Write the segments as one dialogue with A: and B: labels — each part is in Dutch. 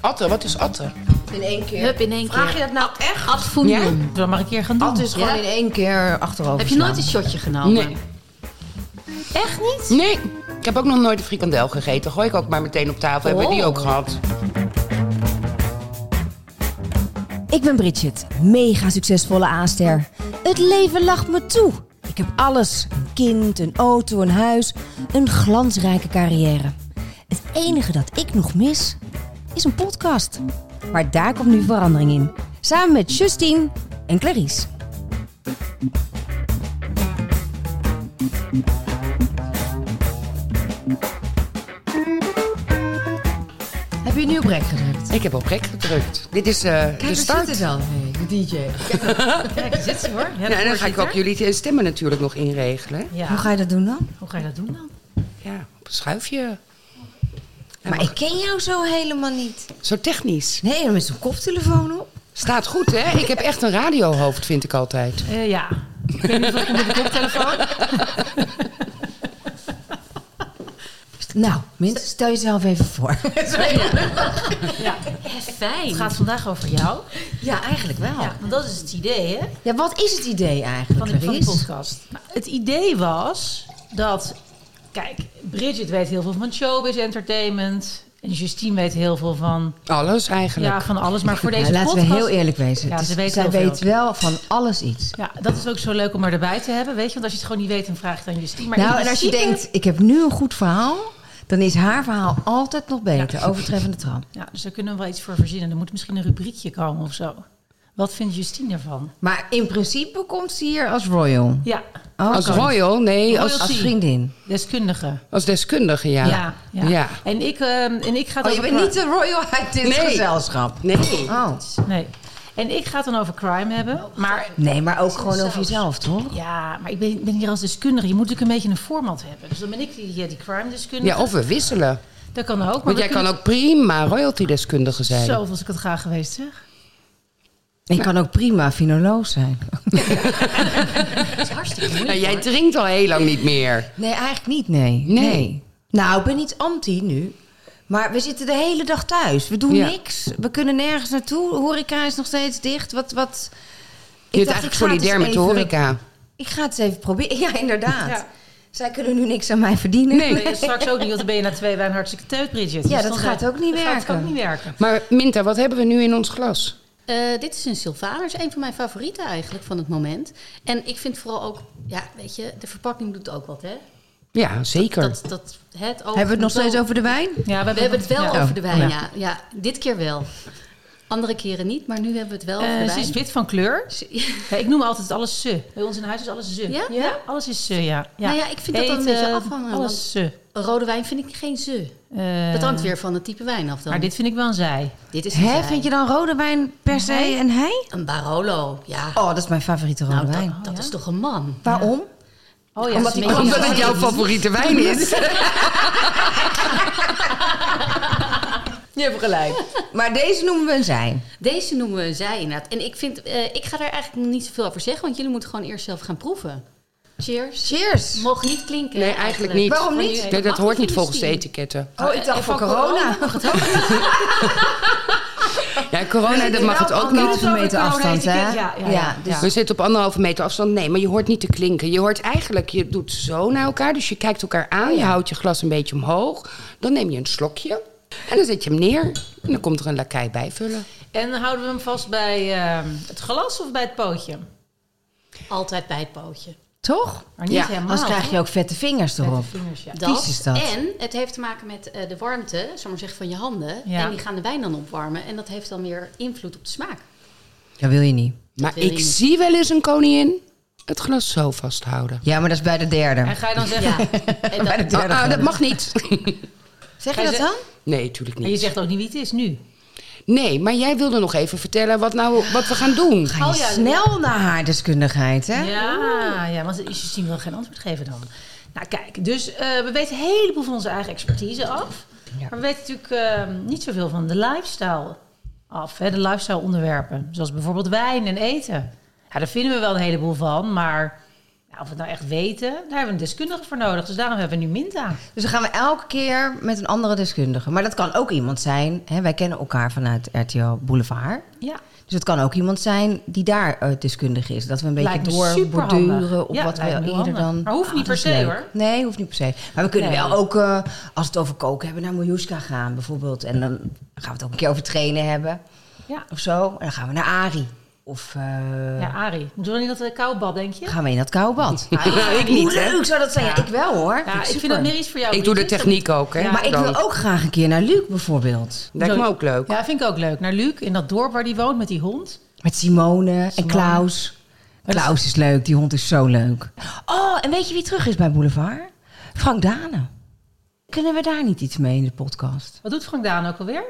A: Atten, wat is atten?
B: In één keer.
C: Hup, in één
B: Vraag je
C: keer.
B: dat nou echt?
C: Ad fundum.
D: Zullen we maar een keer gaan doen?
B: Ad is gewoon
C: Ja.
B: in één keer achterover.
C: Heb je nooit een shotje genomen?
A: Nee.
C: Echt niet?
A: Nee, ik heb ook nog nooit een frikandel gegeten. Gooi ik ook maar meteen op tafel. Hebben we die
C: Oh.
A: ook gehad?
E: Ik ben Bridget, mega succesvolle aanster. Het leven lacht me toe. Ik heb alles: een kind, een auto, een huis, een glansrijke carrière. Het enige dat ik nog mis is een podcast. Maar daar komt nu verandering in. Samen met Justine en Clarice.
B: Heb je een nieuw brek gedrukt?
A: Ik heb op rek gedrukt. Dit is eh, de
B: Kijk,
A: start.
B: daar zit het al. Hey, de DJ.
D: Kijk, daar zit ze hoor.
A: Ja,
D: Ja,
A: en dan
D: hoort
A: ga
D: je
A: ik
D: het,
A: ook
D: hè?
A: jullie eh, stemmen natuurlijk nog inregelen.
D: Ja.
B: Hoe ga je dat doen dan?
D: Hoe ga je dat doen dan?
A: Ja, op een schuifje.
B: Maar ik ken jou zo helemaal niet.
A: Zo technisch.
B: Nee, dan met zo'n koptelefoon op.
A: Staat goed, hè? Ik heb echt een radiohoofd, vind ik altijd.
D: Eh, ja. Ik weet niet of ik met de koptelefoon.
B: Nou, minstens stel jezelf even voor.
C: Hè, Fijn.
D: Het gaat vandaag over jou.
B: Ja, eigenlijk wel.
D: Ja,
B: Ja,
D: want dat is het idee, hè?
B: wat is het idee eigenlijk,
D: van de, van de
B: Clarice?
D: podcast. Nou, het idee was dat, kijk, Bridget weet heel veel van showbiz entertainment. En Justine weet heel veel van,
A: Alles eigenlijk.
D: ja, van alles. Maar voor deze
B: Nou, laten
D: podcast...
B: we heel eerlijk wezen.
D: Ja,
B: Het
D: ze
B: is-
D: weten
B: zij
D: heel veel.
B: weet wel van alles iets.
D: Ja, dat is ook zo leuk om erbij te hebben, weet je. Want als je het gewoon niet weet, dan vraag je het aan Justine. Maar
B: nou,
D: in
B: en als je
D: principe-
B: denkt, ik heb nu een goed verhaal, dan is haar verhaal altijd nog beter. Overtreffende trap.
D: Ja, dus daar kunnen we wel iets voor verzinnen. Er moet misschien een rubriekje komen of zo. Wat vindt Justine ervan?
B: Maar in principe komt ze hier als royal.
D: Ja,
B: Oh,
A: Als
B: als,
A: royal? Nee, als,
D: Royal.
B: als vriendin.
D: deskundige.
A: als deskundige, ja.
D: Ja. ja.
A: Ja.
D: En, ik, ehm, en ik ga
B: Oh,
D: dan
B: je bent niet de royal uit dit
A: Nee.
B: gezelschap.
A: Nee.
B: Oh.
D: Nee. En ik ga het dan over crime
C: Oh,
D: hebben. Maar
B: Nee, maar ook gewoon over jezelf, toch?
D: Ja, maar ik ben, ben hier als deskundige. Je moet natuurlijk een beetje een format hebben. Dus dan ben ik die, die crime-deskundige.
A: Ja, of we wisselen.
D: Dat kan ook. Maar
A: Want
D: we
A: jij kan
D: kunnen-
A: ook prima royalty-deskundige zijn.
D: Zo, was ik het graag geweest, zeg.
B: Ik kan ook prima finoloos zijn.
C: Dat is hartstikke moeilijk.
A: Nou, jij drinkt al heel lang niet meer.
B: Nee, eigenlijk niet, nee.
A: Nee.
B: Nou, ik ben niet anti nu. Maar we zitten de hele dag thuis. We doen
A: Ja.
B: niks. We kunnen nergens naartoe. Horeca is nog steeds dicht. Wat, wat...
A: Je bent
B: dacht,
A: eigenlijk
B: ik ga het
A: solidair
B: eens
A: met de
B: even-
A: horeca.
B: Ik ga het eens even proberen. Ja, inderdaad.
D: Ja.
B: Zij kunnen nu niks aan mij verdienen.
D: Ben je straks ook niet, want dan ben je na twee wijn hartstikke teut, Bridget.
B: Ja,
D: Dus
B: dat
D: dan
B: gaat
D: zijn-
B: ook niet
D: dat gaat
B: werken.
D: ook niet werken.
A: Maar Minta, wat hebben we nu in ons glas?
C: Eh, dit is een Sylvanus, een van mijn favorieten eigenlijk van het moment. En ik vind vooral ook, ja, weet je, de verpakking doet ook wat, hè?
A: Ja, zeker.
C: Dat, dat, het
B: Hebben
C: oog
B: we het nog
C: moet
B: steeds
C: wel-
B: over de wijn?
D: Ja,
C: We hebben het wel
D: ja.
C: over de wijn, ja. ja. dit keer wel. Andere keren niet, maar nu hebben we het wel
D: Eh,
C: over de
D: ze is
C: wijn.
D: wit van kleur. Ja, ik noem altijd alles ze. Bij ons in huis is alles ze.
C: Ja?
D: Alles is ze, ja.
C: Nou ja, ik vind dat dan een
D: Eten,
C: beetje afhangen,
D: Alles ze.
C: Rode wijn vind ik geen ze.
D: Eh,
C: dat hangt weer van het type wijn af dan.
D: Maar dit vind ik wel een zij.
C: Dit is een,
B: Hè,
C: zij.
B: vind je dan rode wijn per se en hij?
C: een Barolo, ja.
B: Oh, dat is mijn favoriete rode
C: nou, dat,
B: wijn.
C: dat is toch een man?
B: Waarom?
D: Oh ja,
C: Omdat
D: ze
C: die-
D: is een beetje-
A: Omdat het jouw favoriete wijn is.
B: Je hebt gelijk. maar deze noemen we een zijn.
C: Deze noemen we een zij inderdaad. En ik, vind, eh, ik ga daar eigenlijk nog niet zoveel over zeggen, want jullie moeten gewoon eerst zelf gaan proeven. Cheers.
B: Cheers.
C: Mocht niet klinken.
A: Nee,
C: hè,
A: eigenlijk niet.
B: Waarom
C: Van
B: niet?
C: jullie-
A: Nee, dat
C: Mag
A: hoort
C: van
A: niet volgens de
C: Justine.
A: etiketten.
B: Oh, ik dacht
C: En
B: voor
C: van
B: corona.
C: mag het ook.
A: Ja, corona, dat mag het ook niet.
B: Anderhalve meter
D: corona
B: afstand, hè?
D: etiket, ja, ja, ja.
B: dus
A: We zitten op anderhalve meter afstand. Nee, maar je hoort niet te klinken. Je hoort eigenlijk, je doet zo naar elkaar. Dus je kijkt elkaar aan, je houdt je glas een beetje omhoog. Dan neem je een slokje en dan zet je hem neer. En dan komt er een lakai bijvullen.
D: En houden we hem vast bij eh, het glas of bij het pootje?
C: Altijd bij het pootje.
B: toch?
D: Maar niet
A: Ja,
D: helemaal.
B: Anders krijg je ook vette vingers
D: Met de
B: erop.
D: vingers, ja.
C: Dat.
B: Vies is dat.
C: En het heeft te maken met eh, de warmte, zal maar zeggen, van je handen.
D: Ja.
C: En die gaan de wijn dan opwarmen. En dat heeft dan weer invloed op de smaak.
B: Dat wil je niet.
A: Maar
C: wil je
A: ik
C: niet.
A: zie wel eens een koningin het glas zo vasthouden.
B: Ja, maar dat is bij de derde.
D: En ga je dan zeggen...
C: Ja. En
B: Bij de
C: dat,
A: Ah,
B: derde.
A: ah, dat mag niet.
B: Zeg
D: Ga
B: je
D: je
B: dat
D: ze-
B: dan?
A: Nee, natuurlijk
D: En je
A: niet.
D: zegt ook niet wie het is nu.
A: Nee, maar jij wilde nog even vertellen wat, nou, wat we gaan doen.
B: Ga je
C: Oh ja,
B: snel naar haar deskundigheid, hè?
D: Ja,
A: Oh.
D: ja want Justine wil geen antwoord geven dan. Nou kijk, dus eh, we weten een heleboel van onze eigen expertise af.
B: Ja.
D: Maar we weten natuurlijk eh, niet zoveel van de lifestyle af. Hè, de lifestyle onderwerpen. Zoals bijvoorbeeld wijn en eten. Ja, daar vinden we wel een heleboel van. Maar ja, Ja, of we het nou echt weten, daar hebben we een deskundige voor nodig. Dus daarom hebben we nu Minta.
B: Dus dan gaan we elke keer met een andere deskundige. Maar dat kan ook iemand zijn. Hè, wij kennen elkaar vanuit RTL Boulevard.
D: Ja.
B: Dus het kan ook iemand zijn die daar eh, deskundig is. Dat we een beetje
D: Lijkt me superhandig.
B: doorborduren op
D: Ja,
B: wat we
D: lijkt me heel
B: eerder
D: handig.
B: dan...
D: Maar hoeft niet
B: Ah, dat is
D: per se,
B: leuk.
D: hoor.
B: Nee, hoeft niet per se. Maar we kunnen
D: Nee.
B: wel ook, eh, als we het over koken hebben, naar Miljuska gaan bijvoorbeeld. En dan gaan we het ook een keer over trainen hebben
D: Ja,
B: of zo. En dan gaan we naar Ari. Of eh,
D: ja Arie. Moeten we niet dat eh, kou bad, denk je?
B: gaan we in dat koude bad.
A: Nou, ik niet,
B: Hoe
A: hè?
B: leuk zou dat zijn? Ja, ik wel hoor.
D: Ja, ik vind
B: super.
D: dat meer iets voor jou.
A: Ik doe de
D: Bridget.
A: techniek ook, hè?
D: nou Ja.
B: Maar ik
A: Dan-
B: wil ook graag een keer naar Luc bijvoorbeeld.
A: Lijkt me ook leuk.
D: Ja, vind ik ook leuk. Naar Luc in dat dorp waar die woont met die hond.
B: Met Simone, en
D: Simone.
B: Klaus. Klaus is leuk, die hond is zo leuk. Oh, en weet je wie terug is bij Boulevard? Frank Dane. Kunnen we daar niet iets mee in de podcast?
D: Wat doet Frank Daan ook alweer?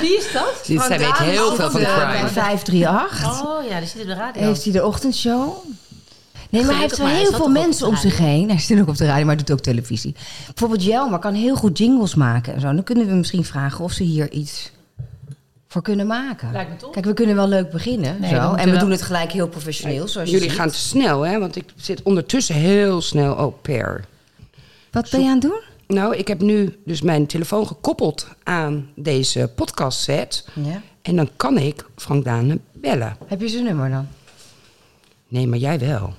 D: Wie is dat?
A: Dit- Zij weet heel veel van
B: de Bij
A: crime.
B: 538
D: Oh ja, die zit op de radio.
B: heeft hij de ochtendshow. Nee, maar hij heeft
C: Gelukkig
B: wel
C: maar,
B: heel
C: hij staat
B: veel
C: ook op
B: mensen
C: de
B: om zich heen. Hij zit ook op de radio, maar hij doet ook televisie. Bijvoorbeeld Jelmer kan heel goed jingles maken en zo. Dan kunnen we misschien vragen of ze hier iets voor kunnen maken.
D: Lijkt me top.
B: Kijk, we kunnen wel leuk beginnen.
D: Nee,
B: zo.
D: dan moeten
B: En we
D: we wel-
B: doen het gelijk heel professioneel, zoals je
A: Jullie
B: ziet.
A: gaan te snel, hè? Want ik zit ondertussen heel snel au pair.
B: Wat ben je aan het doen?
A: Nou, ik heb nu dus mijn telefoon gekoppeld aan deze podcast set.
B: Ja.
A: En dan kan ik Frank Dane bellen.
B: Heb je zijn nummer dan?
A: Nee, maar jij wel.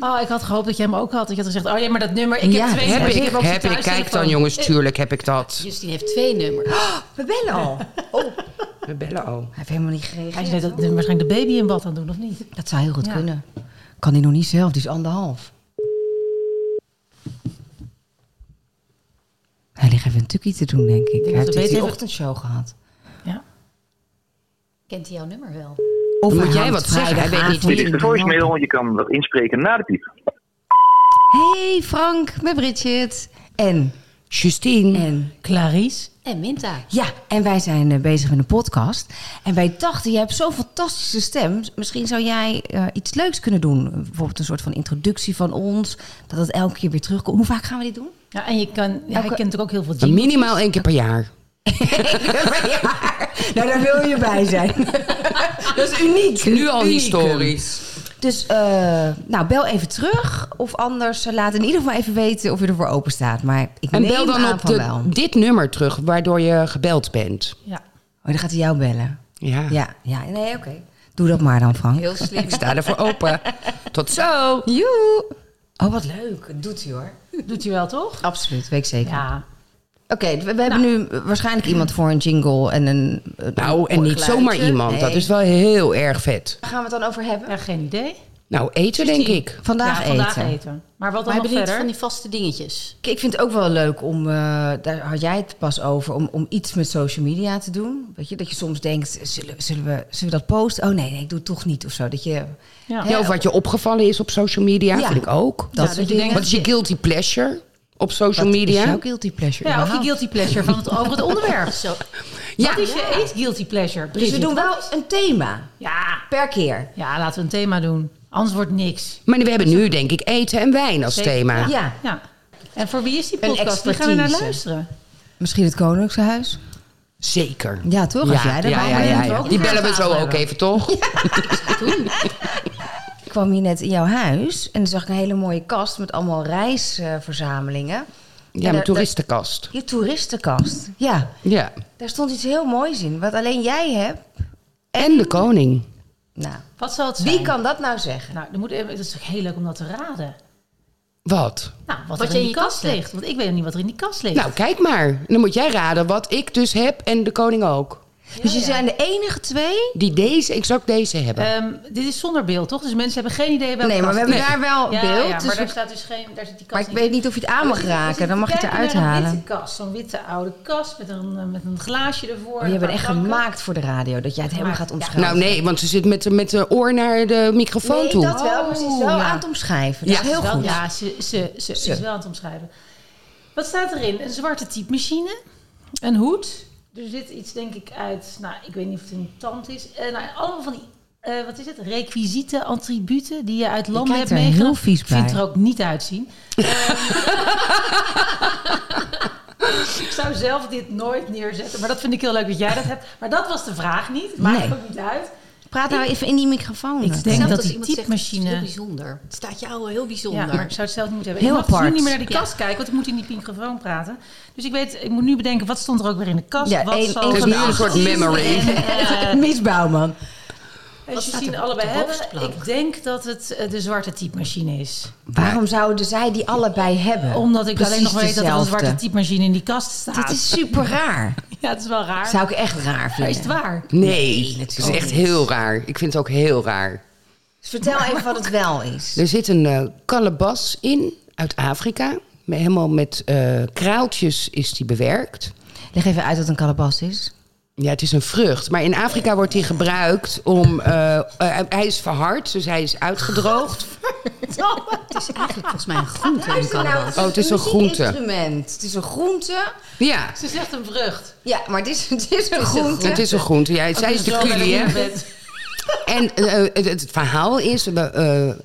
D: Oh, ik had gehoopt dat jij hem ook had. Dat je had gezegd, oh ja, maar dat nummer, ik
B: Ja,
D: heb twee
B: heb
A: heb
D: nummers.
A: ik,
D: ook zo'n
A: heb ik. Kijk
D: thuistelefoon.
A: dan, jongens, tuurlijk heb ik dat.
C: Justine dus heeft twee nummers.
B: We bellen al. Oh.
A: We bellen al.
B: Hij heeft helemaal niet
D: Hij is
B: gereageerd.
D: net dat- waarschijnlijk de baby in bad aan het doen, of niet?
B: Dat zou heel goed
D: Ja.
B: kunnen. Kan hij nog niet zelf, die is anderhalf. Hij ligt even een tukkie te doen, denk ik. Hij
D: dat we
B: heeft dus
D: beter
B: die
D: even-
B: ochtendshow gehad.
D: Ja.
C: Kent hij jouw nummer wel?
B: Of
A: Dan
B: hij
A: moet jij
B: hangt
A: wat zeggen, hij weet niet
B: vrijdagavond
F: Dit is
B: in
F: de
B: de hand.
F: voicemail, je kan dat inspreken na de piep.
B: Hey Frank, met Bridget. En,
A: Justine.
B: en,
D: Clarice.
C: En Minta.
B: ja, en wij zijn eh, bezig met een podcast. En wij dachten, jij hebt zo'n fantastische stem. Misschien zou jij eh, iets leuks kunnen doen. Bijvoorbeeld een soort van introductie van ons. Dat het elke keer weer terugkomt. Hoe vaak gaan we dit doen?
D: Ja, en je kan, ja, hij
B: Elke-
D: kent natuurlijk ook heel veel jingles.
A: Minimaal één keer per jaar.
B: Nou, daar wil je bij zijn. dat is uniek.
A: Nu al
B: Unicum.
A: historisch.
B: Dus, eh, nou, bel even terug. Of anders eh, laat in ieder geval even weten of je ervoor open staat. Maar ik
A: En
B: neem
A: bel dan
B: aan
A: op
B: van
A: de-
B: wel.
A: dit nummer terug, waardoor je gebeld bent.
D: Ja.
B: Oh, dan gaat hij jou bellen.
A: Ja.
B: Ja, ja. Nee, oké. Doe dat maar dan, Frank.
C: Heel slim.
A: Ah. Ik sta ervoor open. Tot zo.
B: Joe. Oh, wat leuk. Dat Doet hij hoor.
D: Doet hij wel, toch?
B: Absoluut, weet ik zeker.
D: Ja.
B: Oké, we, we hebben nu waarschijnlijk iemand voor een jingle en een... eh, een-
A: Nou, en niet
B: geluidje.
A: zomaar iemand.
B: Nee.
A: Dat is wel heel erg vet.
B: Waar gaan we het dan over hebben?
D: Ja, geen idee.
A: Nou, eten denk ik.
B: Vandaag,
D: ja, vandaag
B: eten.
D: eten. Maar wat dan
C: We hebben
D: nog
C: niet
D: verder?
C: van die vaste dingetjes.
B: Ik vind het ook wel leuk om, eh, daar had jij het pas over, om, om iets met social media te doen. Weet je, dat je soms denkt, zullen, zullen, we, zullen we dat posten? Oh nee, nee, ik doe het toch niet of zo. Dat je,
D: Ja.
A: Ja, of wat je opgevallen is op social media,
B: Ja.
A: vind ik ook.
B: dat
D: dat
B: soort
D: je
B: dingen.
A: Wat is je guilty pleasure op social
B: Dat
A: media?
B: is jouw guilty pleasure.
D: Ja, of je
B: überhaupt.
D: guilty pleasure van het, over het onderwerp. Zo.
A: Ja.
D: Wat is je eet guilty pleasure?
B: dus we
D: Bridget?
B: doen wel een thema
D: Ja.
B: per keer.
D: Ja, laten we een thema doen. Anders wordt niks.
A: Maar we hebben nu denk ik eten en wijn als
D: Zeker.
A: thema.
B: Ja.
D: Ja. En voor wie is die
B: Een
D: podcast? Wie gaan we naar
B: expertise.
D: luisteren?
B: Misschien het Koninklijke Huis?
A: Zeker.
B: Ja, toch? Als jij dat
A: ja,
B: wou,
A: ja,
B: maar
A: ja,
B: dan
A: ja.
B: ook.
A: Die bellen we zo ook
D: hebben.
A: even, toch?
B: Ik kwam hier net in jouw huis en dan zag ik een hele mooie kast met allemaal reisverzamelingen.
A: Ja,
B: daar-
A: mijn toeristenkast.
B: Je toeristenkast. Ja,
A: Ja.
B: daar stond iets heel moois in, wat alleen jij hebt.
A: En de koning.
B: Nou,
D: Wat zal het zijn?
B: wie kan dat nou zeggen?
D: Nou, dan moet, het is toch heel leuk om dat te raden.
A: Wat?
D: Nou, wat,
C: je
D: er in
C: in
D: die
C: je
D: kast
C: kast hebt.
D: ligt. Want ik weet niet wat er in die kast ligt.
A: Nou, kijk maar. Dan moet jij raden wat ik dus heb en de koning ook.
B: Dus je zijn de enige twee?
A: Die deze, exact deze
B: Eh,
A: hebben.
D: Ehm, dit is zonder beeld, toch? Dus mensen hebben geen idee welke
B: Nee, maar we
D: kast
B: hebben
D: het
B: daar wel
D: is. Ja, ja,
B: beeld.
D: maar
B: dus we- maar,
D: daar staat dus geen... Daar zit die kast
B: ik
D: niet Nou,
B: weet niet of je het aan mag raken. Dan mag je het eruit halen.
D: witte kast. Zo'n witte oude kast met een, eh, met een glaasje
B: Oh,
D: ervoor.
B: je
D: een
B: bent
D: paar
B: echt
D: banken.
B: gemaakt voor de radio. Dat jij het helemaal gaat omschrijven.
A: nou nee, want ze zit met, de- met de oor naar de microfoon
B: oh. nee,
A: toe.
B: dat wel. Maar ze is wel
D: Oh, ja.
B: aan het omschrijven. Dat
A: Ja,
B: is heel
D: Wel,
B: goed.
D: Ja, ze, ze, ze,
B: Ze.
D: is wel aan het omschrijven. Wat staat erin? Een zwarte typemachine, een hoed. Er zit iets, denk ik, uit... Nou, ik weet niet of het een tand is. Eh, nou, allemaal van die... eh, wat is het? Requisieten, attributen die je uit landen
B: kijkt
D: hebt
B: er heel
D: meegenomen.
B: vies
D: Ik vind
B: bij.
D: er ook niet uitzien. Ehm, ik zou zelf dit nooit neerzetten. Maar dat vind ik heel leuk dat jij dat hebt. Maar dat was de vraag niet. Het maakt
B: Nee.
D: ook niet uit.
B: Praat nou even in die microfoon.
D: Ik denk
C: Zelfs
D: dat
C: als
D: die
C: iemand zegt,
D: typemachine-
C: Het is heel bijzonder. Het staat jou heel
D: Ja,
C: bijzonder.
D: maar ik zou het zelf niet hebben.
B: Heel
D: ik mag dus nu
B: apart.
D: niet meer naar die kast kijken, want ik moet in die microfoon praten. Dus ik weet, ik moet nu bedenken, wat stond er ook weer in de kast?
B: Ja,
D: wat
B: één-
D: zal
B: één
A: Het is
D: er- nou
B: van
A: nu
B: de
A: een soort memory.
D: Eh,
B: Misbouwman.
D: als je
C: staat
D: zien
C: er op
D: allebei
C: de
D: hebben,
C: bovenste plank?
D: ik denk dat het eh, de zwarte typemachine is.
B: Waarom zouden zij die allebei hebben?
D: Omdat ik alleen nog weet
B: Precies
D: dat er een
B: dezelfde.
D: zwarte typemachine in die kast staat.
B: Dit is super raar.
D: Ja, het is wel raar.
B: Zou ik echt raar
D: Maar
B: vinden.
D: is het waar?
A: Nee, het is
B: ook
A: echt
B: niet.
A: heel raar. Ik vind het ook heel raar.
B: Dus vertel even wat het wel is.
A: Er zit een eh kalebas in uit Afrika. Met- Helemaal met eh, kraaltjes is die bewerkt.
B: Leg even uit wat een kalebas is.
A: Ja, het is een vrucht. Maar in Afrika wordt die gebruikt om... eh, eh, hij is verhard, dus hij is uitgedroogd.
C: Het is eigenlijk volgens mij een groente in
B: nou, het
C: Canada.
A: Oh, het is een groente.
B: muziekinstrument. Het is een groente.
A: Ja,
D: Ze zegt een vrucht.
B: Ja, maar het is, het is een groente. Oh,
A: het is een groente. Ja, zij is de
D: Zo bij
A: culie, hè?
D: bed.
A: En eh, het, het verhaal is, we,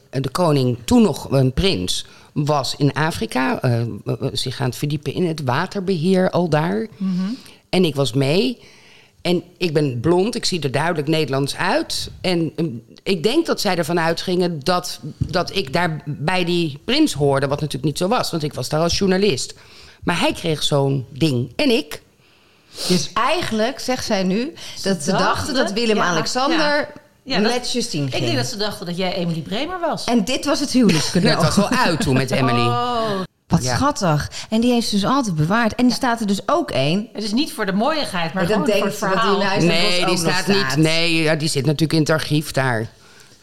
A: eh, de koning, toen nog een prins, was in Afrika eh, zich aan het verdiepen in het waterbeheer al daar. En ik was mee. En ik ben blond, ik zie er duidelijk Nederlands uit. En eh, ik denk dat zij ervan uitgingen dat, dat ik daar bij die prins hoorde, wat natuurlijk niet zo was, want ik was daar als journalist. Maar hij kreeg zo'n ding. En ik.
B: Dus eigenlijk zegt zij nu dat ze
D: dachten-
B: dachten dat Willem-Alexander
D: Ja. Ja, dat-
B: met Justine
D: Ik
B: ging.
D: denk dat ze dachten dat jij Emily Bremer was.
B: En dit was het huwelijkscadeau.
A: Net was wel uit toen met Emily.
D: Oh,
B: Wat
A: Ja.
B: schattig. En die heeft ze dus altijd bewaard. En er staat er dus ook één.
D: het is niet voor de mooiigheid, maar
B: En dan
D: gewoon voor
B: denkt
D: het
B: ze dat
D: verhaal.
B: die luistert.
A: Nee, die staat niet. Nee, ja, die zit natuurlijk in het archief daar.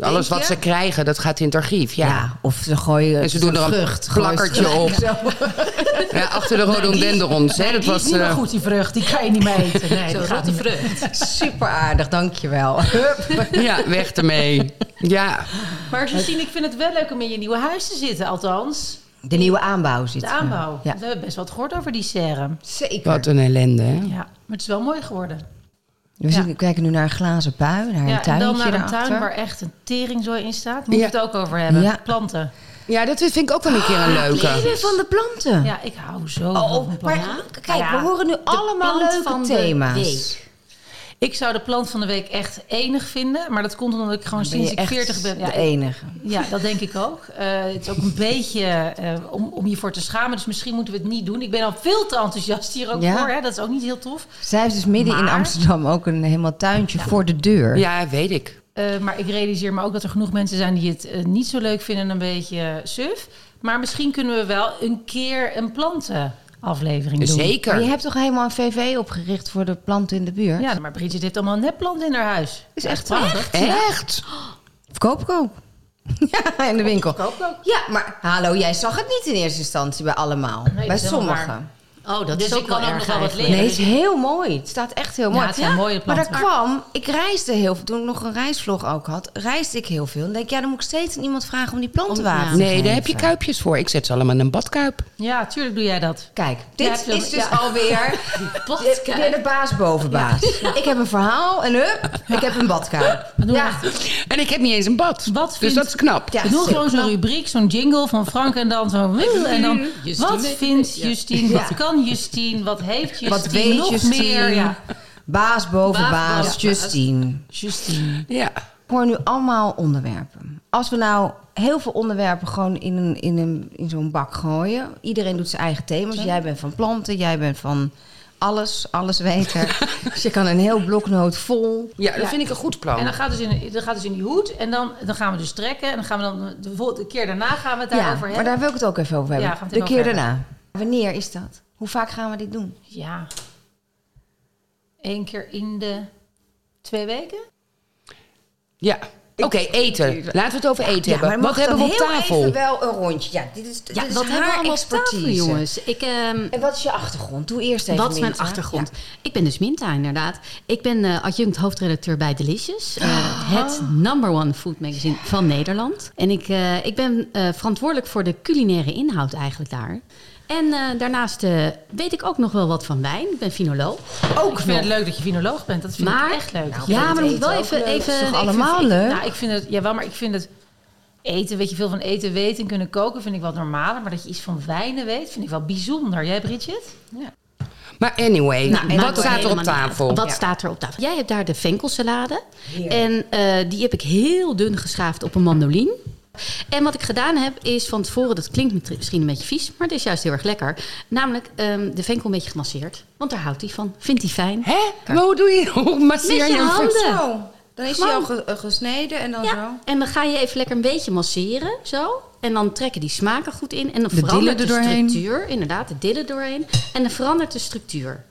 A: Alles wat
B: je?
A: ze krijgen, dat gaat in het archief.
B: Ja.
A: Ja. ja.
B: of ze gooien
A: En ze doen er een
B: vrucht, gooien ze
A: plakkertje
B: gelijk
A: op.
B: zo.
A: achter de rhododendrons. hè, dat
D: Die is
A: was.
D: niet meer
A: eh,
D: goed, die vrucht. Die kan je niet meer eten. Nee,
C: Zo
D: die gaat
C: rotte
D: niet meer.
C: vrucht.
B: Super aardig, dankjewel. Hup.
A: ja, weg ermee. Ja.
D: Maar Justine, ik vind het wel leuk om in je nieuwe huis te zitten. Althans,
B: De nieuwe aanbouw zit
D: de
B: er.
D: aanbouw. Want
B: Ja.
D: We hebben best wat gehoord over die serum.
B: Zeker.
A: Wat een ellende, hè?
D: Ja, maar het is wel mooi geworden.
B: We zien- kijken nu naar een glazen bui, naar een
D: Ja, en
B: tuintje
D: dan naar een
B: daarachter.
D: tuin waar echt een teringzooi in staat. Moet
A: Ja.
D: het ook over hebben.
B: Ja.
D: Planten.
A: Ja, dat vind ik ook wel een keer een leuke.
B: Leven van de planten.
D: Ja, ik hou zo
B: Oh,
D: van
B: maar
D: planten.
B: kijk,
D: Ja.
B: we horen nu allemaal
C: plant
B: leuke
C: van de
B: thema's.
C: week.
D: Ik zou de plant van de week echt enig vinden. Maar dat komt omdat ik gewoon
B: Ben
D: sinds
B: je
D: ik
B: echt
D: 40 ben... Ja,
B: de
D: ik-
B: enige.
D: Ja, dat denk ik ook. Eh, het is ook een beetje eh, om, om je voor te schamen. Dus misschien moeten we het niet doen. Ik ben al veel te enthousiast hier ook
B: Ja.
D: voor. Hè? Dat is ook niet heel tof.
B: Zij heeft dus midden in
D: Maar-
B: Amsterdam ook een helemaal tuintje voor de deur.
A: Ja, weet ik.
D: Eh, maar ik realiseer me ook dat er genoeg mensen zijn die het eh, niet zo leuk vinden en een beetje eh, suf. Maar misschien kunnen we wel een keer een plantenaflevering doen.
B: Maar je
A: Zeker.
B: hebt toch helemaal een VV opgericht voor de planten in de buurt?
D: Ja, maar Bridget heeft allemaal nepplanten in haar huis.
B: Is echt
D: prachtig.
A: Echt?
B: Verkoop ik ook. ja, in de winkel.
D: Koop Oh, ook.
B: Ja, maar hallo, jij zag het niet in eerste instantie bij allemaal.
D: dat
B: bij
D: is helemaal
B: sommigen.
C: Oh, dat
D: Dus
C: is
D: ik
C: ook wel
D: kan ook nog
C: erg
D: wel wat
C: eigenlijk.
D: leren.
B: Nee, het is heel mooi. Het staat echt heel mooi.
D: het zijn mooie
B: maar daar
D: planten.
B: kwam, ik reisde heel veel. Toen ik nog een reisvlog ook had, reisde ik heel veel. En denk ik, ja, dan moet ik steeds aan iemand vragen om die planten
C: Om-
B: water te
A: Nee, daar heb je
B: geven.
A: kuipjes voor. Ik zet ze allemaal in een badkuip.
D: Ja, tuurlijk doe jij dat.
B: Kijk,
D: Ja,
B: dit
D: het wil-
B: is dus
D: ja.
B: alweer
C: Badkuip.
B: de- weer de baas boven baas. Ik heb een verhaal en hup, ik heb een badkuip. Ja,
A: En ik heb niet eens een bad.
D: Wat
A: dus
D: vindt-
A: dat is knap.
B: ja,
D: Ik doe
B: zeker.
D: gewoon zo'n rubriek, zo'n jingle van Frank en dan zo. En dan,
C: Justine.
D: wat vindt Justine? Wat kan Justine? Wat heeft Justine?
B: Wat weet
D: nog
B: Justine?
D: meer? Ja.
B: Baas boven
C: Baas
B: baas,
C: boven
B: Justine.
D: Justine.
A: Ja.
B: Ik hoor nu allemaal onderwerpen. Als we nou heel veel onderwerpen gewoon in, een, in, een, in zo'n bak gooien. Iedereen doet zijn eigen thema's. Jij bent van planten, jij bent van alles, alles weten. dus je kan een heel bloknoot vol.
A: ja, dat vind ik een goed
D: En dan
A: plan.
D: gaat dus in, dan gaat dus in die hoed en dan, dan gaan we dus trekken. En dan gaan we dan de, vol- de keer daarna gaan we het
B: Ja,
D: daarover
B: maar
D: hebben.
B: daar wil ik het ook even over hebben.
D: Ja, gaan we
B: De
D: het
B: keer
D: even over
B: daarna. Wanneer is dat? Hoe vaak gaan we dit doen?
D: Ja. Eén keer in de twee weken?
A: Ja. Oké, eten. Laten we het over eten
B: ja, maar
A: hebben. Wat
B: mag
A: hebben we
B: dan
A: op
B: heel
A: tafel?
B: Even wel een rondje. Ja, dit is,
C: Ja,
D: Dus
B: dit is
C: wat hebben
B: haar
C: we allemaal op tafel,
B: expertise.
C: jongens? Ik, ehm,
B: En wat is je achtergrond? Doe eerst even
C: Wat is mijn
B: Minta.
C: achtergrond?
B: Ja.
C: Ik ben dus Minta, inderdaad. Ik ben eh, adjunct hoofdredacteur bij Delicious. eh,
B: Ah.
C: het number one food magazine van Nederland. En ik, eh, ik ben eh, verantwoordelijk voor de culinaire inhoud eigenlijk daar. En eh, daarnaast eh, weet ik ook nog wel wat van wijn. Ik ben finoloog.
D: ik vind het leuk dat je vinoloog bent. Dat vind
C: Maar-
D: ik echt leuk.
B: Nou,
C: ja, maar dan moet
B: eten
C: wel
B: ook
C: even...
B: leuk.
C: even
B: Is toch
C: ik vind-
B: allemaal
D: Ik-
B: leuk?
D: Nou, ik vind het, jawel, maar ik vind het eten, weet je veel van eten weten en kunnen koken, vind ik wat normaler. Maar dat je iets van wijnen weet, vind ik wel bijzonder. Jij, Bridget? Ja.
A: Maar anyway,
C: Nou, maakt
A: wat
C: ook
A: staat er op
C: helemaal niet uit.
A: tafel?
C: Wat staat er op tafel? Jij hebt daar de venkelsalade. En eh, die heb ik heel dun geschaafd op een mandoline. En wat ik gedaan heb is van tevoren, dat klinkt misschien een beetje vies, maar het is juist heel erg lekker. Namelijk ehm, de venkel een beetje gemasseerd. Want daar houdt hij van. Vindt hij fijn.
A: Hè? Maar hoe doe je? Hoe masseer
C: Met je
A: je een
C: handen.
A: vrucht?
B: Zo, dan is hij al ge- eh, gesneden en dan zo.
C: Ja, en dan ga je even lekker een beetje masseren, zo. En dan trekken die smaken goed in. En dan
B: De
C: verandert de
B: dillen er doorheen.
C: structuur. Inderdaad, de dillen doorheen. En dan verandert de structuur.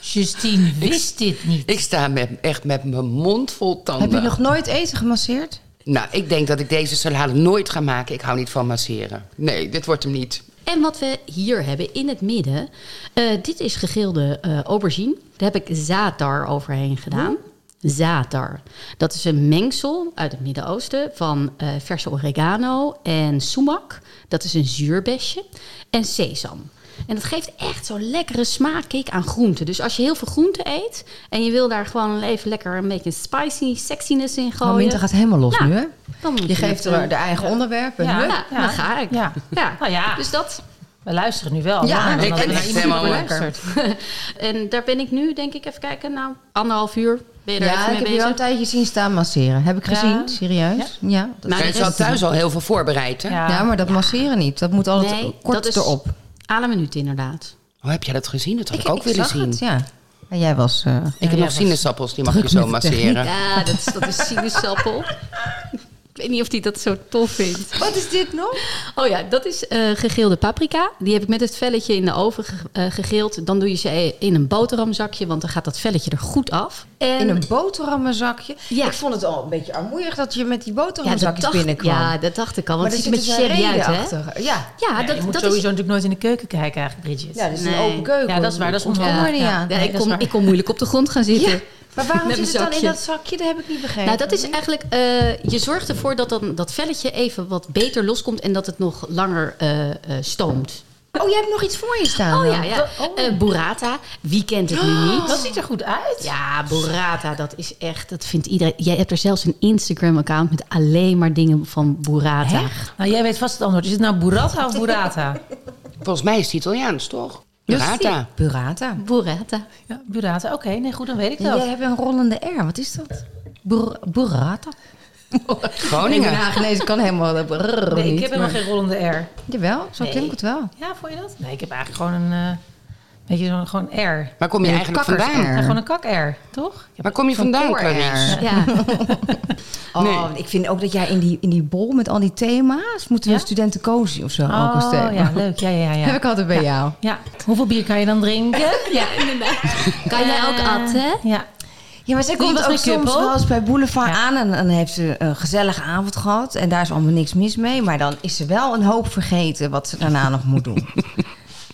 D: Justine wist dit niet.
A: Ik sta met, echt met mijn mond vol tanden.
B: Heb je nog nooit eten gemasseerd?
A: Nou, ik denk dat ik deze salade nooit ga maken. Ik hou niet van masseren. Nee, dit wordt hem niet.
C: En wat we hier hebben in het midden, eh, dit is gegilde eh, aubergine. Daar heb ik zaatar overheen gedaan. Zaatar. Dat is een mengsel uit het Midden-Oosten van eh, verse oregano en sumac. Dat is een zuurbesje. En sesam. En dat geeft echt zo'n lekkere smaakkick aan groenten. Dus als je heel veel groente eet en je wil daar gewoon even lekker een beetje spicy sexiness in gooien.
B: Minter gaat helemaal los nu, hè?
C: dan moet
B: Je geeft
C: het,
B: er
C: eh,
B: de eigen onderwerpen.
D: Ja.
B: Hup.
C: Ja,
D: Ja.
C: dan ga ik.
D: Ja.
C: Ja.
D: Nou ja.
C: Dus dat
D: We luisteren nu wel.
B: Ja,
D: langer
A: ik
D: dan dat
A: vind
D: we
A: het
D: naar iemand
A: helemaal
D: hebben geluisterd.
C: En daar ben ik nu, denk ik, even kijken. Nou, anderhalf uur ben je er
B: Ja,
C: even
B: ik
C: mee
B: heb je
C: bezig.
B: al een tijdje zien staan masseren. Heb ik
D: Ja.
B: gezien, serieus. Ja, dat-
C: Maar
A: Maar
C: de
A: je had
C: rest-
A: thuis al heel veel voorbereid, hè?
D: Ja.
B: ja maar dat masseren niet. Dat moet altijd
C: Nee,
B: kort
C: dat is
B: erop.
C: aan een minuut inderdaad.
A: Hoe Oh, heb jij dat gezien? Dat had ik, ook
B: wil
A: willen zien.
B: ja. En jij was... eh,
A: Ik heb nog sinaasappels, die mag je zo masseren.
C: Ja, dat is, dat is sinaasappel. ik weet niet of hij dat zo tof vindt.
B: Wat is dit nog?
C: Oh ja, dat is eh gegeelde paprika. Die heb ik met het velletje in de oven ge- eh, gegeeld. Dan doe je ze e- in een boterhamzakje, want dan gaat dat velletje er goed af. En
B: In een boterhammenzakje?
C: Ja.
B: Ik vond het al een beetje armoedig dat je met die
C: ja, dat
B: boterhammenzakjes
C: dacht,
B: binnenkwam.
C: Ja, dat dacht ik al,
B: maar
C: want het ziet
B: zit
C: er een beetje
B: dus
C: shabby uit,
B: reden
C: hè?
B: achter. Ja,
C: Ja,
D: je
C: dat,
D: moet
C: dat
D: sowieso
C: is
D: natuurlijk nooit in de keuken kijken eigenlijk, Bridget.
B: ja, dat is een
C: Nee.
B: open keuken.
D: Ja, dat is waar, dat is
B: Ontkom
D: onhandig.
B: er niet
D: Ja.
B: aan.
C: Ja,
D: Nee,
C: ik,
D: dat is
C: kom,
D: waar.
C: ik kon moeilijk op de grond gaan zitten.
B: Ja, Maar waarom
C: Met
B: zit
C: een
B: het dan in
C: zakje.
B: dat zakje? Dat heb ik niet begrepen.
C: Nou, dat is eigenlijk, eh, je zorgt ervoor dat dan dat velletje even wat beter loskomt en dat het nog langer eh, eh, stoomt.
B: Oh, jij hebt nog iets voor je staan.
C: Oh
B: dan.
C: ja, ja. Eh, burrata, wie kent het
B: Oh.
C: nu niet?
D: Dat ziet er goed uit.
C: Ja, burrata, dat is echt, dat vindt iedereen. Jij hebt er zelfs een Instagram-account met alleen maar dingen van burrata.
D: Nou, jij weet vast het antwoord. Is het nou burrata of burrata?
A: Volgens mij is het Italiaans, toch? Burrata.
B: Burrata.
C: Burrata.
D: Ja, burrata. Oké, nee, goed, dan weet ik
B: Ja,
D: dat.
B: Jij hebt een rollende R. Wat is dat? Bur- burrata?
A: Groningen.
B: nee, ze kan helemaal dat brrr
D: Nee, ik
B: niet,
D: heb helemaal
B: maar-
D: geen rollende R.
B: Jawel, zo klinkt het wel.
D: Ja, vond je dat? Nee, ik heb eigenlijk gewoon een, eh, weet je, zo'n gewoon R.
A: Waar kom je eigenlijk
B: kakkers
A: vandaan?
B: R.
D: Ja, gewoon een kak R, toch?
A: Waar kom je vandaan, Clarice?
C: Ja,
B: Oh,
A: Nee.
B: ik vind ook dat jij in die, in die bol met al die thema's... moeten we
D: Ja?
B: studenten kozen of zo. ook als thema.
D: Oh, ja, leuk. Ja, ja,
B: Heb
D: ja.
B: ik altijd bij jou.
D: ja. Hoeveel bier kan je dan drinken? Eh,
C: ja inderdaad. Kan jij ook
B: Eh.
C: atten?
D: Ja.
B: Ja, maar zij
D: Wie
B: komt
D: was
B: ook
D: met
B: soms
D: Kuppel?
B: wel eens bij Boulevard
D: Ja.
B: aan... en dan heeft ze een gezellige avond gehad... en daar is allemaal niks mis mee... maar dan is ze wel een hoop vergeten wat ze daarna nog moet doen.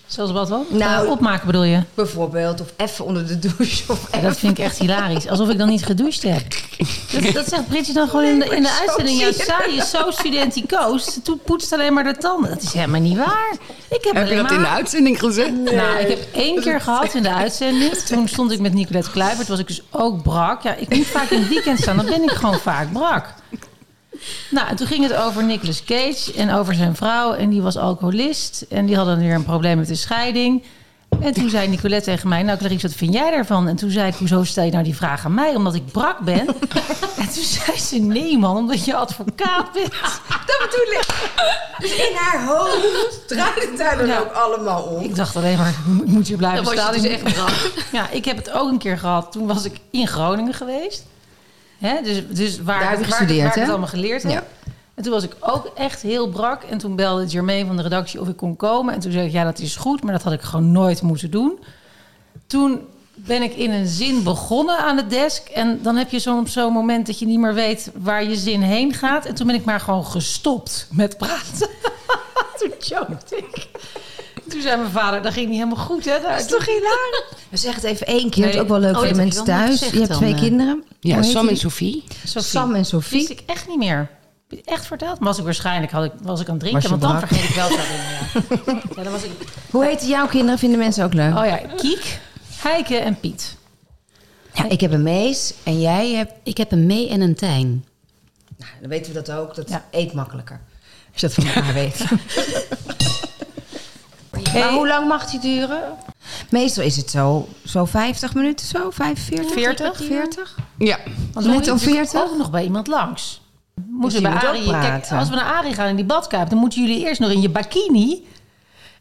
D: Zoals wat dan?
B: Nou-
D: Eh, opmaken bedoel je?
B: Bijvoorbeeld, of even onder de douche. Of
D: Ja, dat vind ik echt hilarisch. Alsof ik dan niet gedoucht heb. Dat, dat zegt Britje dan gewoon in de, in de uitzending. Ja, saai is zo studenticoos. Ze toe- poetst alleen maar de tanden. Dat is helemaal niet waar. Ik
A: Heb
D: heb,
A: je
D: alleen
A: dat in de
D: maar...
A: uitzending gezet?
D: Nou, ik heb één keer gehad in de uitzending. Toen stond ik met Nicolette Kluivert. Was ik dus ook brak. Ja, ik moet vaak in het weekend staan. Dan ben ik gewoon vaak brak. Nou, en toen ging het over Nicolas Cage en over zijn vrouw. En die was alcoholist. En die hadden weer een probleem met de scheiding. En toen zei Nicolette tegen mij, nou Clarice, wat vind jij daarvan? En toen zei ik, hoezo stel je nou die vraag aan mij? Omdat ik brak ben. en toen zei ze, nee man, omdat je advocaat bent.
B: Dat bedoel ik. Dus in haar hoofd draait het daar dan
D: Ja.
B: ook allemaal om.
D: Ik dacht alleen maar, ik moet je blijven
C: Dan word je
D: staan.
C: dus
D: Ik-
C: echt brak.
D: Ja, ik heb het ook een keer gehad. Toen was ik in Groningen geweest. Hè, dus, dus waar,
B: Daar heb je
D: waar-
B: gestudeerd,
D: waar ik het
B: hè?
D: allemaal geleerd heb.
B: Ja.
D: En toen was ik ook echt heel brak. En toen belde Jermaine van de redactie of ik kon komen. En toen zei ik, ja, dat is goed. Maar dat had ik gewoon nooit moeten doen. Toen ben ik in een zin begonnen aan de desk. En dan heb je zo'n zo'n moment dat je niet meer weet waar je zin heen gaat. En toen ben ik maar gewoon gestopt met praten. toen chokte ik. Toen zei mijn vader, dat ging niet helemaal goed, hè? Daar,
B: Dat is toch hilarisch? We zeggen het even één keer. Het is ook wel leuk
C: Oh,
B: voor de
C: dat heb ik
B: mensen
C: wel net
B: thuis.
C: gezegd
B: Je hebt
C: dan,
B: twee
C: eh.
B: kinderen.
A: Ja,
B: Hoe heet
A: Sam en
B: die?
A: Sophie.
D: Sophie.
B: Sam en Sophie.
D: Wist ik echt niet meer. Heb je Echt verteld? Maar Was ik waarschijnlijk had ik, was ik aan het
B: Was
D: drinken,
B: je
D: want dan
B: brak?
D: vergeet ik wel te herinneren. Ja. ja, dan was ik.
B: Hoe heten jouw kinderen? Vinden mensen ook leuk?
D: Oh ja, Kiek, Heike en Piet.
B: ja, ik heb een mees en jij hebt...
C: Ik heb een mee en een tijn.
B: Nou, dan weten we dat ook. Dat
D: Ja.
B: eet makkelijker. Als je dat van elkaar weet.
D: Hey,
B: Maar hoe lang mag die duren? Meestal is het zo, zo 50 minuten, zo 45,
D: 40?
B: 40.
A: Ja.
D: Want
B: Net
D: we moeten
B: op
D: natuurlijk
B: 40.
D: ook nog bij iemand langs.
B: die
D: Moesten bij
B: moet ook
D: Arie, kijk,
B: praten.
D: als we naar Arie gaan in die badkuip, dan moeten jullie eerst nog in je bikini.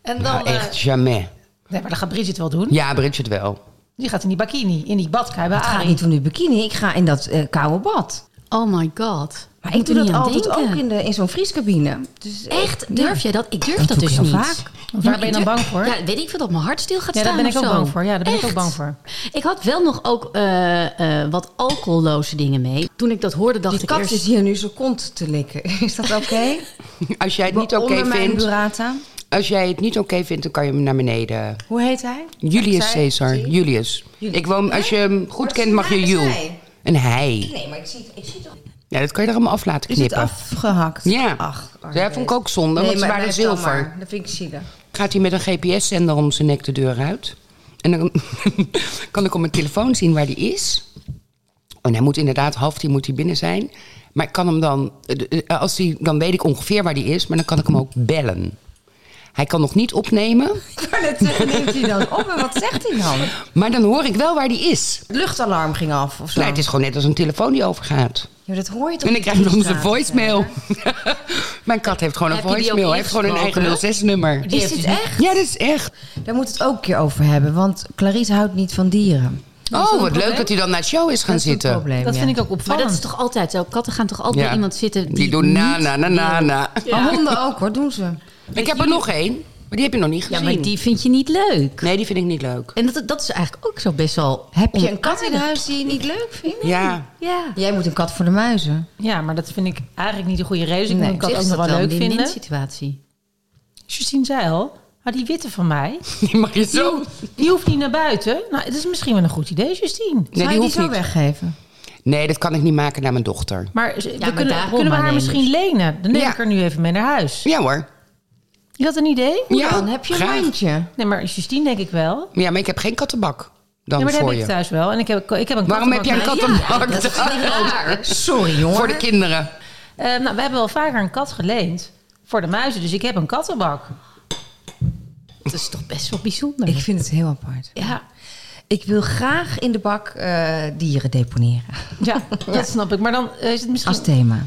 D: En dan,
A: Nou,
D: eh,
A: echt, jamais.
D: nee, maar dat gaat Bridget wel doen.
A: Ja, Bridget wel.
D: Die gaat in die bikini, in die badkuip bij
B: Het gaat
D: Arie.
B: Ah, niet om die bikini, ik ga in dat eh, koude bad.
C: Oh my god.
B: Maar
C: Moet
B: ik doe dat
C: er niet aan
B: altijd
C: denken.
B: ook in, de, in zo'n vriescabine. Dus
C: Echt? Durf jij dat? Ik durf
B: Dat
C: dat,
B: doe ik
C: dus
B: heel
C: niet.
B: vaak.
D: Waar ben je dan bang voor?
C: Ja, weet ik veel dat mijn hart stil gaat
D: Ja, daar
C: staan
D: ben ik
C: of
D: ook
C: zo.
D: bang voor. Ja, daar ben ik ook
C: Echt.
D: bang voor.
C: Ik had wel nog ook eh, eh, wat alcoholloze dingen mee. Toen ik dat hoorde dacht
B: Die
C: ik
B: kat
C: eerst...
B: is hier nu zijn kont te likken. Is dat oké?
A: Als jij het niet oké
B: Onder mijn
A: vindt,
B: burrata.
A: als jij het niet oké vindt, dan kan je hem naar beneden.
B: Hoe heet hij?
A: Julius
B: Zij-
A: Caesar. Julius. Ik woon, als je hem goed
B: dat
A: kent,
B: is
A: mag je
B: een
A: you.
B: zij.
A: Een hij.
B: Nee, maar ik zie, ik zie toch...
A: Ja, dat kan je er allemaal af laten
B: Is het
A: knippen.
B: afgehakt?
A: Ja.
B: Ach, arme
A: dat vond ik ook zonde,
B: beest.
A: want ze
B: Nee, maar
A: waren
B: blijf dan
A: zilver.
B: maar. Dat vind ik zielig.
A: Gaat hij met een GPS-zender om zijn nek de deur uit. En dan kan ik op mijn telefoon zien waar die is. En hij moet inderdaad, half tien moet hij binnen zijn. Maar ik kan hem dan, eh, eh, als die, dan weet ik ongeveer waar die is, maar dan kan ik hem ook bellen. Hij kan nog niet opnemen,
B: Ik wou net zeggen, neemt hij dan op en wat zegt hij dan?
A: maar dan hoor ik wel waar die is.
B: Het luchtalarm ging af of zo.
A: Nou, het is gewoon net als een telefoon die overgaat.
B: Ja, dat hoor je
A: En
B: toch
A: ik
B: niet
A: krijg nog
B: op
A: eens een
B: straat,
A: voicemail. Mijn kat heeft gewoon een
C: Heb je die ook
A: voicemail. Hij heeft gewoon een eigen
C: ingesproken?
A: 06-nummer.
B: hè? Is dit echt?
A: Ja, dat is echt.
B: Daar moet het ook een keer over hebben, want Clarice houdt niet van dieren.
A: Oh, wat leuk
D: probleem?
A: dat hij dan naar show is gaan
B: Dat is een
A: zitten.
B: probleem,
D: Dat
B: ja.
D: vind ik ook
C: Maar dat is
D: opvallend.
C: toch altijd zo? Katten gaan toch altijd
A: Ja.
C: bij iemand zitten die...
A: Die doen na, na, na, na, na.
B: Maar honden ook hoor, doen ze.
A: Ik heb er nog één, maar die heb je nog niet
C: Ja,
A: gezien.
C: maar die vind je niet leuk.
A: Nee, die vind ik niet leuk.
C: En dat, dat is eigenlijk ook zo best wel...
B: Heb je een
C: onaardig.
B: kat in huis die je niet leuk vindt?
A: Ja.
C: Ja.
B: Jij moet een kat voor de muizen.
D: Ja, maar dat vind ik eigenlijk niet de goede reden. Dus ik
B: Nee,
D: moet
C: Zeg
D: dat ook
C: ze
D: nog
C: dat
D: wel
C: dan,
D: leuk
C: die
D: vinden.
C: situatie.
D: Justine zei al, ah, die witte van mij,
A: Die mag je zo...
D: die hoeft niet naar buiten. Nou, dat is misschien wel een goed idee, Justine.
A: Nee,
B: Zou
A: die
B: je die
A: hoeft
B: zo
A: niet.
B: weggeven?
A: Nee, dat kan ik niet maken naar mijn dochter.
D: Maar ze- we
C: maar
D: kunnen,
C: daarom
D: kunnen we
C: maar
D: haar
C: neem
D: misschien lenen. Dan neem
A: Ja.
D: ik haar nu even mee naar huis.
A: Ja hoor.
D: Is dat een idee?
A: Ja,
B: Dan heb je een
A: graag.
B: mandje.
D: Nee, maar Justine denk ik wel.
A: Ja, maar ik heb geen kattenbak dan
D: ja, maar dat
A: voor
D: heb ik
A: je.
D: thuis wel. En ik heb, ik heb een
A: Waarom heb
D: kattenbak
A: jij een
D: mee.
A: kattenbak
B: Sorry jongen.
A: voor de kinderen?
D: Eh, nou, we hebben wel vaker een kat geleend voor de muizen. Dus ik heb een kattenbak.
C: Dat is toch best wel bijzonder.
B: Ik vind het heel apart.
C: ja.
B: Ik wil graag in de bak eh, dieren deponeren.
D: Ja, dat snap ik. Maar dan eh, is het misschien...
B: Als thema.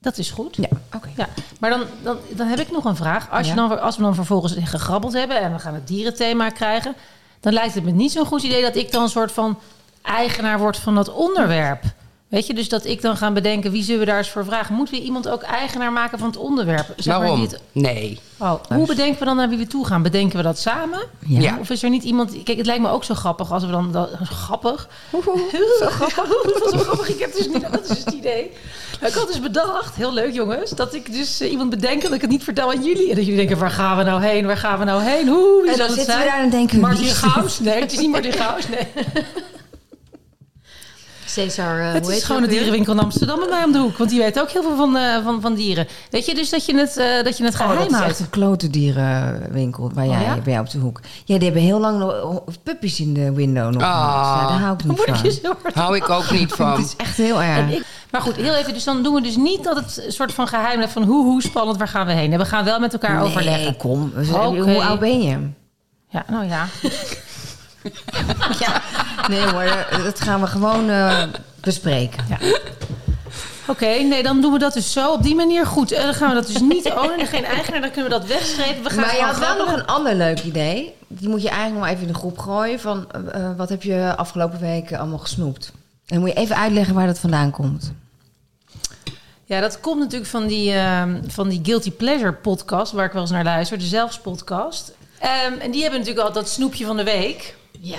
D: Dat is goed.
B: Ja, oké.
D: Ja, maar dan, dan, dan heb ik nog een vraag. Als,
B: Ja.
D: je dan, als we dan vervolgens gegrabbeld hebben en we gaan het dierenthema krijgen, dan lijkt het me niet zo'n goed idee dat ik dan een soort van eigenaar word van dat onderwerp. Weet je, dus dat ik dan ga bedenken wie zullen we daar eens voor vragen. Moeten we iemand ook eigenaar maken van het onderwerp? Zeg maar
A: Waarom?
D: wie het-
A: Nee.
D: oh, hoe bedenken we dan naar wie we toe gaan? Bedenken we dat samen?
B: Ja.
A: Ja.
D: Of is er niet iemand... Kijk, het lijkt me ook zo grappig als we dan... Dat, grappig? zo grappig. zo grappig. Ik heb dus niet... Dat is het idee. Nou, Ik had dus bedacht, heel leuk jongens, dat ik dus eh, iemand bedenk dat ik het niet vertel aan jullie. En dat jullie denken, waar gaan we nou heen? Waar gaan we nou heen? Hoe, wie
B: En
D: zal
B: dan
D: het
B: zitten we
D: zijn?
B: daar en denken we,
D: Martin
B: wie is
D: Gaus? Nee, het is niet Martin Gaus.
B: Eh,
D: Nee.
C: Cesar,
D: Het
C: eh, hoe heet
D: is
C: je
D: gewoon de
C: ook weer?
D: dierenwinkel in Amsterdam bij mij om de hoek. Want die weet ook heel veel van, eh, van, van dieren. Weet je, dus dat je het, eh, dat je het
B: Oh, dat
D: geheim
B: is echt
D: houdt.
B: een klote dierenwinkel waar jij,
D: Oh, ja?
B: bij jou op de hoek. Jij die hebben heel lang nog- puppies in de window nog.
A: Ah.
B: gehad. Ja, daar hou ik
D: Dan
B: niet
D: word ik je
B: van.
D: zo hard
A: Hou ik ook niet van.
B: Het is echt heel erg.
D: Ik- maar goed, heel even. Dus dan doen we dus niet dat het een soort van geheim blijft van hoe, hoe spannend, waar gaan we heen? En we gaan wel met elkaar
B: Nee,
D: overleggen.
B: kom. We zijn-
D: Oké.
B: Hoe oud ben je?
D: Ja, nou ja.
B: Nee hoor, eh, dat gaan we gewoon eh, bespreken.
D: Oké, nee, dan doen we dat dus zo op die manier. Goed, eh, dan gaan we dat dus niet ownen. en Geen eigenaar, dan kunnen we dat wegstrepen. We gaan
B: Maar je
D: gewoon
B: had wel
D: grabbelen.
B: nog een ander leuk idee. Die moet je eigenlijk nog even in de groep gooien. Van eh, eh, wat heb je afgelopen weken allemaal gesnoept? En dan moet je even uitleggen waar dat vandaan komt.
D: Ja, dat komt natuurlijk van die, ehm, van die Guilty Pleasure podcast, waar ik wel eens naar luister. De Zelfs podcast. Ehm, en die hebben natuurlijk altijd dat snoepje van de week.
C: Ja,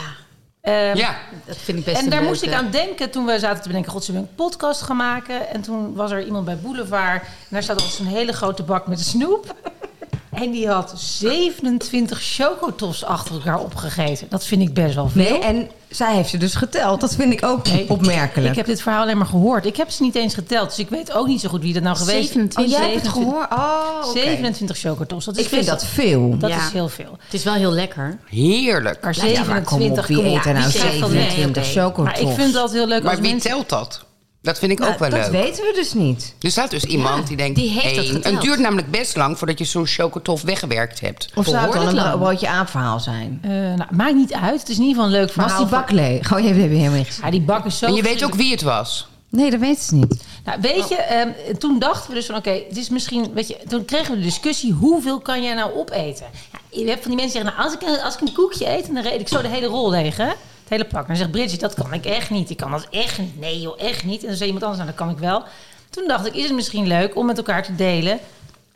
D: Ehm,
A: Ja,
C: dat vind ik best
D: en
C: een
D: daar
C: leuke.
D: moest ik aan denken toen we zaten te bedenken... God, zullen we een podcast gaan maken? En toen was er iemand bij Boulevard... en daar staat altijd zo'n hele grote bak met snoep. en die had 27 chocotofs achter elkaar opgegeten. Dat vind ik best wel veel.
B: Nee, en zij heeft ze dus geteld. Dat vind ik ook opmerkelijk.
D: Ik heb dit verhaal alleen maar gehoord. Ik heb ze niet eens geteld, dus ik weet ook niet zo goed wie dat nou geweest is.
C: 27.
B: Oh, jij hebt het gehoord? Oh, oké.
D: 27 chocotofs. Dat is
B: Ik vind
D: best-
B: dat veel.
D: Dat
C: Ja.
D: is heel veel.
C: Het is wel heel lekker.
A: heerlijk.
D: Maar
B: Nou ja, maar kom op,
D: 27,
B: wie
D: kom
B: eet er nou
D: wie zegt dat? Nee,
B: 27
D: oké.
B: chocotofs?
D: Maar ik vind het altijd heel leuk
A: Maar
D: als
A: wie
D: mensen...
A: telt dat? Dat vind ik ook wel
B: Nou, dat
A: leuk.
B: weten we dus niet.
A: Er staat dus iemand die denkt,
C: die heeft dat
A: één.
C: geteld.
A: het duurt namelijk best lang voordat je zo'n chocotof weggewerkt hebt.
B: Of zou het dan een
C: Behoorlijk
B: bro-
C: lang.
B: broodje aapverhaal zijn?
D: Eh, nou, maakt niet uit. Het is in ieder geval een leuk verhaal.
B: Was die
D: van-
B: bak leeg? Oh, je hebt helemaal niet gezien.
D: Ja, die bak is zo...
A: En je weet
D: verschrikkelijk
A: ook wie het was.
B: Nee, dat weten ze niet.
D: Nou, weet je, ehm, toen dachten we dus van oké, het is misschien, weet je, toen kregen we de discussie hoeveel kan jij nou opeten? Ja, je hebt van die mensen die zeggen, nou, als ik, een- als ik een koekje eet, dan reed ik zo de hele rol leeg, hè? Het hele pak. En dan zegt Bridget, dat kan ik echt niet. Ik kan dat echt niet. Nee joh, echt niet. En dan zei iemand anders, nou, dat kan ik wel. Toen dacht ik, is het misschien leuk om met elkaar te delen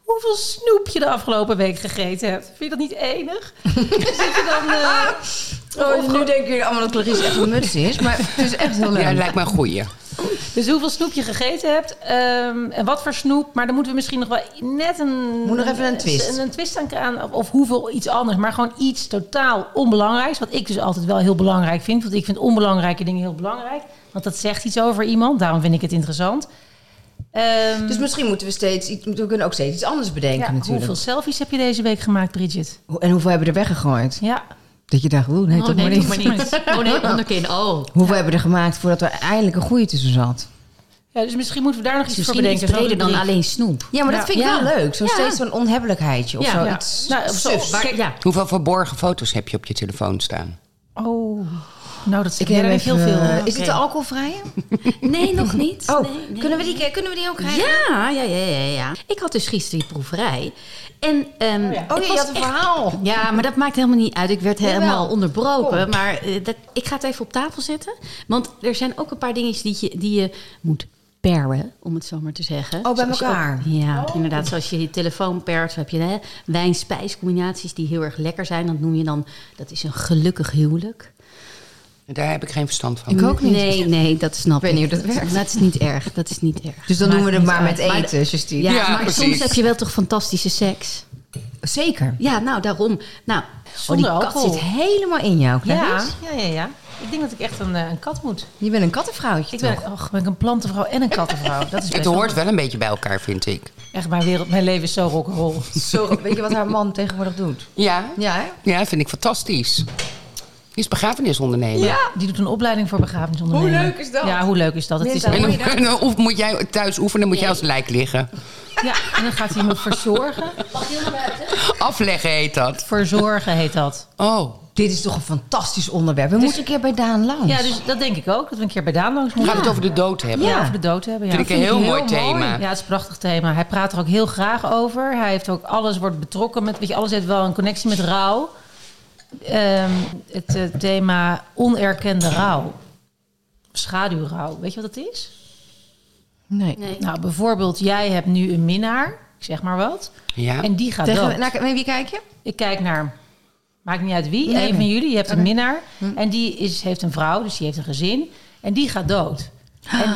D: hoeveel snoep je de afgelopen week gegeten hebt. Vind je dat niet enig? Zit je dan... eh,
B: Oh, nu denken jullie allemaal dat Clarice echt een muts is, maar het is echt heel leuk.
A: Ja, lijkt me een goeie.
D: Dus hoeveel snoep je gegeten hebt ehm, en wat voor snoep. Maar dan moeten we misschien nog wel net een...
B: Moet nog even een twist.
D: Een, een twist aan, aan of, of hoeveel iets anders. Maar gewoon iets totaal onbelangrijks. Wat ik dus altijd wel heel belangrijk vind. Want ik vind onbelangrijke dingen heel belangrijk. Want dat zegt iets over iemand. Daarom vind ik het interessant. Ehm,
B: Dus misschien moeten we steeds, iets- we kunnen ook steeds iets anders
D: ja,
B: bedenken natuurlijk.
D: hoeveel selfies heb je deze week gemaakt, Bridget?
B: Hoe- En hoeveel hebben we er weggegooid?
D: Ja.
B: Dat je dacht, oeh, Oh, nee, toch maar niet.
C: Oh nee, onderkin. Oh.
B: Hoeveel hebben we er gemaakt voordat er eindelijk een goeie tussen zat?
D: ja. Dus misschien moeten we daar nog iets voor
C: Misschien iets
D: bedenken. zo'n
C: breder dan
D: rubriek.
C: alleen snoep.
B: Ja, maar dat vind ik
C: Ja.
B: wel leuk. Zo
C: Ja.
B: steeds zo'n onhebbelijkheidje of
C: Ja.
B: zo.
C: Ja.
B: Iets-
D: Nou, of zo,
C: Waar-
D: kijk-
C: ja.
A: Hoeveel verborgen foto's heb je op je telefoon staan?
D: Oh, nou dat
B: Ik
D: ik jij
B: neem
D: denk heel
B: even,
D: veel.
B: eh, Is
D: Oké.
B: dit de alcoholvrije?
C: Nee, nog niet.
B: Oh,
C: Nee, nee.
B: Kunnen, we die, kunnen we die ook krijgen?
C: Ja, ja, ja, ja, ja. Ik had dus gisteren die proeverij. En, ehm het
B: Oh, je
C: was
B: had een
C: echt-
B: verhaal.
C: Ja, maar dat maakt helemaal niet uit. Ik werd helemaal
B: Jawel.
C: onderbroken. Maar eh, dat, ik ga het even op tafel zetten. Want er zijn ook een paar dingetjes die je, die je moet paren, om het zo maar te zeggen.
B: Oh, bij
C: Zoals je
B: elkaar. Oh.
C: ook- ja, inderdaad. Zoals je je telefoon pairt, heb je hè, wijn-spijscombinaties die heel erg lekker zijn. Dat noem je dan, dat is een gelukkig huwelijk.
A: Daar heb ik geen verstand van.
B: ook niet.
C: Nee, nee, dat snap ik.
B: weet niet hoe dat werkt.
C: Dat is niet erg, dat is niet erg.
B: Dus dan doen we
C: Maakt
B: het
C: niet
B: maar met
C: uit. Maar
B: eten, Justine.
C: ja,
A: Ja,
C: maar
A: precies.
C: soms heb je wel toch fantastische seks.
B: Zeker.
C: Ja, nou daarom. Nou,
B: Oh, die
D: Zonder
B: kat
D: alcohol.
B: zit helemaal in jou,
D: Ja,
B: Clarice.
D: ja, ja, ja. Ik denk dat ik echt een, eh, een kat moet.
B: Je bent een kattenvrouwtje,
D: Ik ben, och, ben ik een plantenvrouw en een kattenvrouw. Dat is best
A: Het
D: wel-
A: hoort wel een beetje bij elkaar, vind ik.
D: Echt, mijn, wereld, mijn leven is zo rock'n'roll.
B: Zo, weet je wat haar man tegenwoordig doet?
A: Ja?
B: Ja, hè?
A: Ja, vind ik fantastisch. Die is begrafenisondernemer.
D: Ja. Die doet een opleiding voor begrafenisondernemer.
B: Hoe leuk is dat?
D: Ja, hoe leuk is dat? Het is,
B: Mensen
A: En
D: ja,
A: dan, of moet jij thuis oefenen, moet jij als lijk liggen.
D: en dan gaat hij me verzorgen.
A: Afleggen heet dat.
D: Verzorgen heet dat.
A: Oh,
B: Dit is toch een fantastisch onderwerp. We moeten een keer bij Daan langs.
D: Ja, dus dat denk ik ook. Dat we een keer bij Daan langs
A: gaat
D: moeten.
A: het over de dood hebben?
D: Ja,
B: Ja.
D: over de dood hebben. Ja.
A: Vind ik een heel,
B: ik
A: mooi
B: heel
A: thema.
D: Ja, het is een prachtig thema. Hij praat er ook heel graag over. Hij heeft ook alles wordt betrokken met, weet je, alles heeft wel een connectie met rouw. Ehm, het eh, thema onerkende rouw. Schaduwrouw. Weet je wat dat is?
B: Nee.
C: nee.
D: Nou, bijvoorbeeld, jij hebt nu een minnaar, ik zeg maar wat.
A: Ja.
D: En die gaat dood.
B: Tegen, naar, naar wie kijk je?
D: Ik kijk naar, maakt niet uit wie,
B: Nee, Hm.
D: een van
B: nee.
D: jullie. Je hebt een minnaar en die is, heeft een vrouw, dus die heeft een gezin. En die gaat dood. En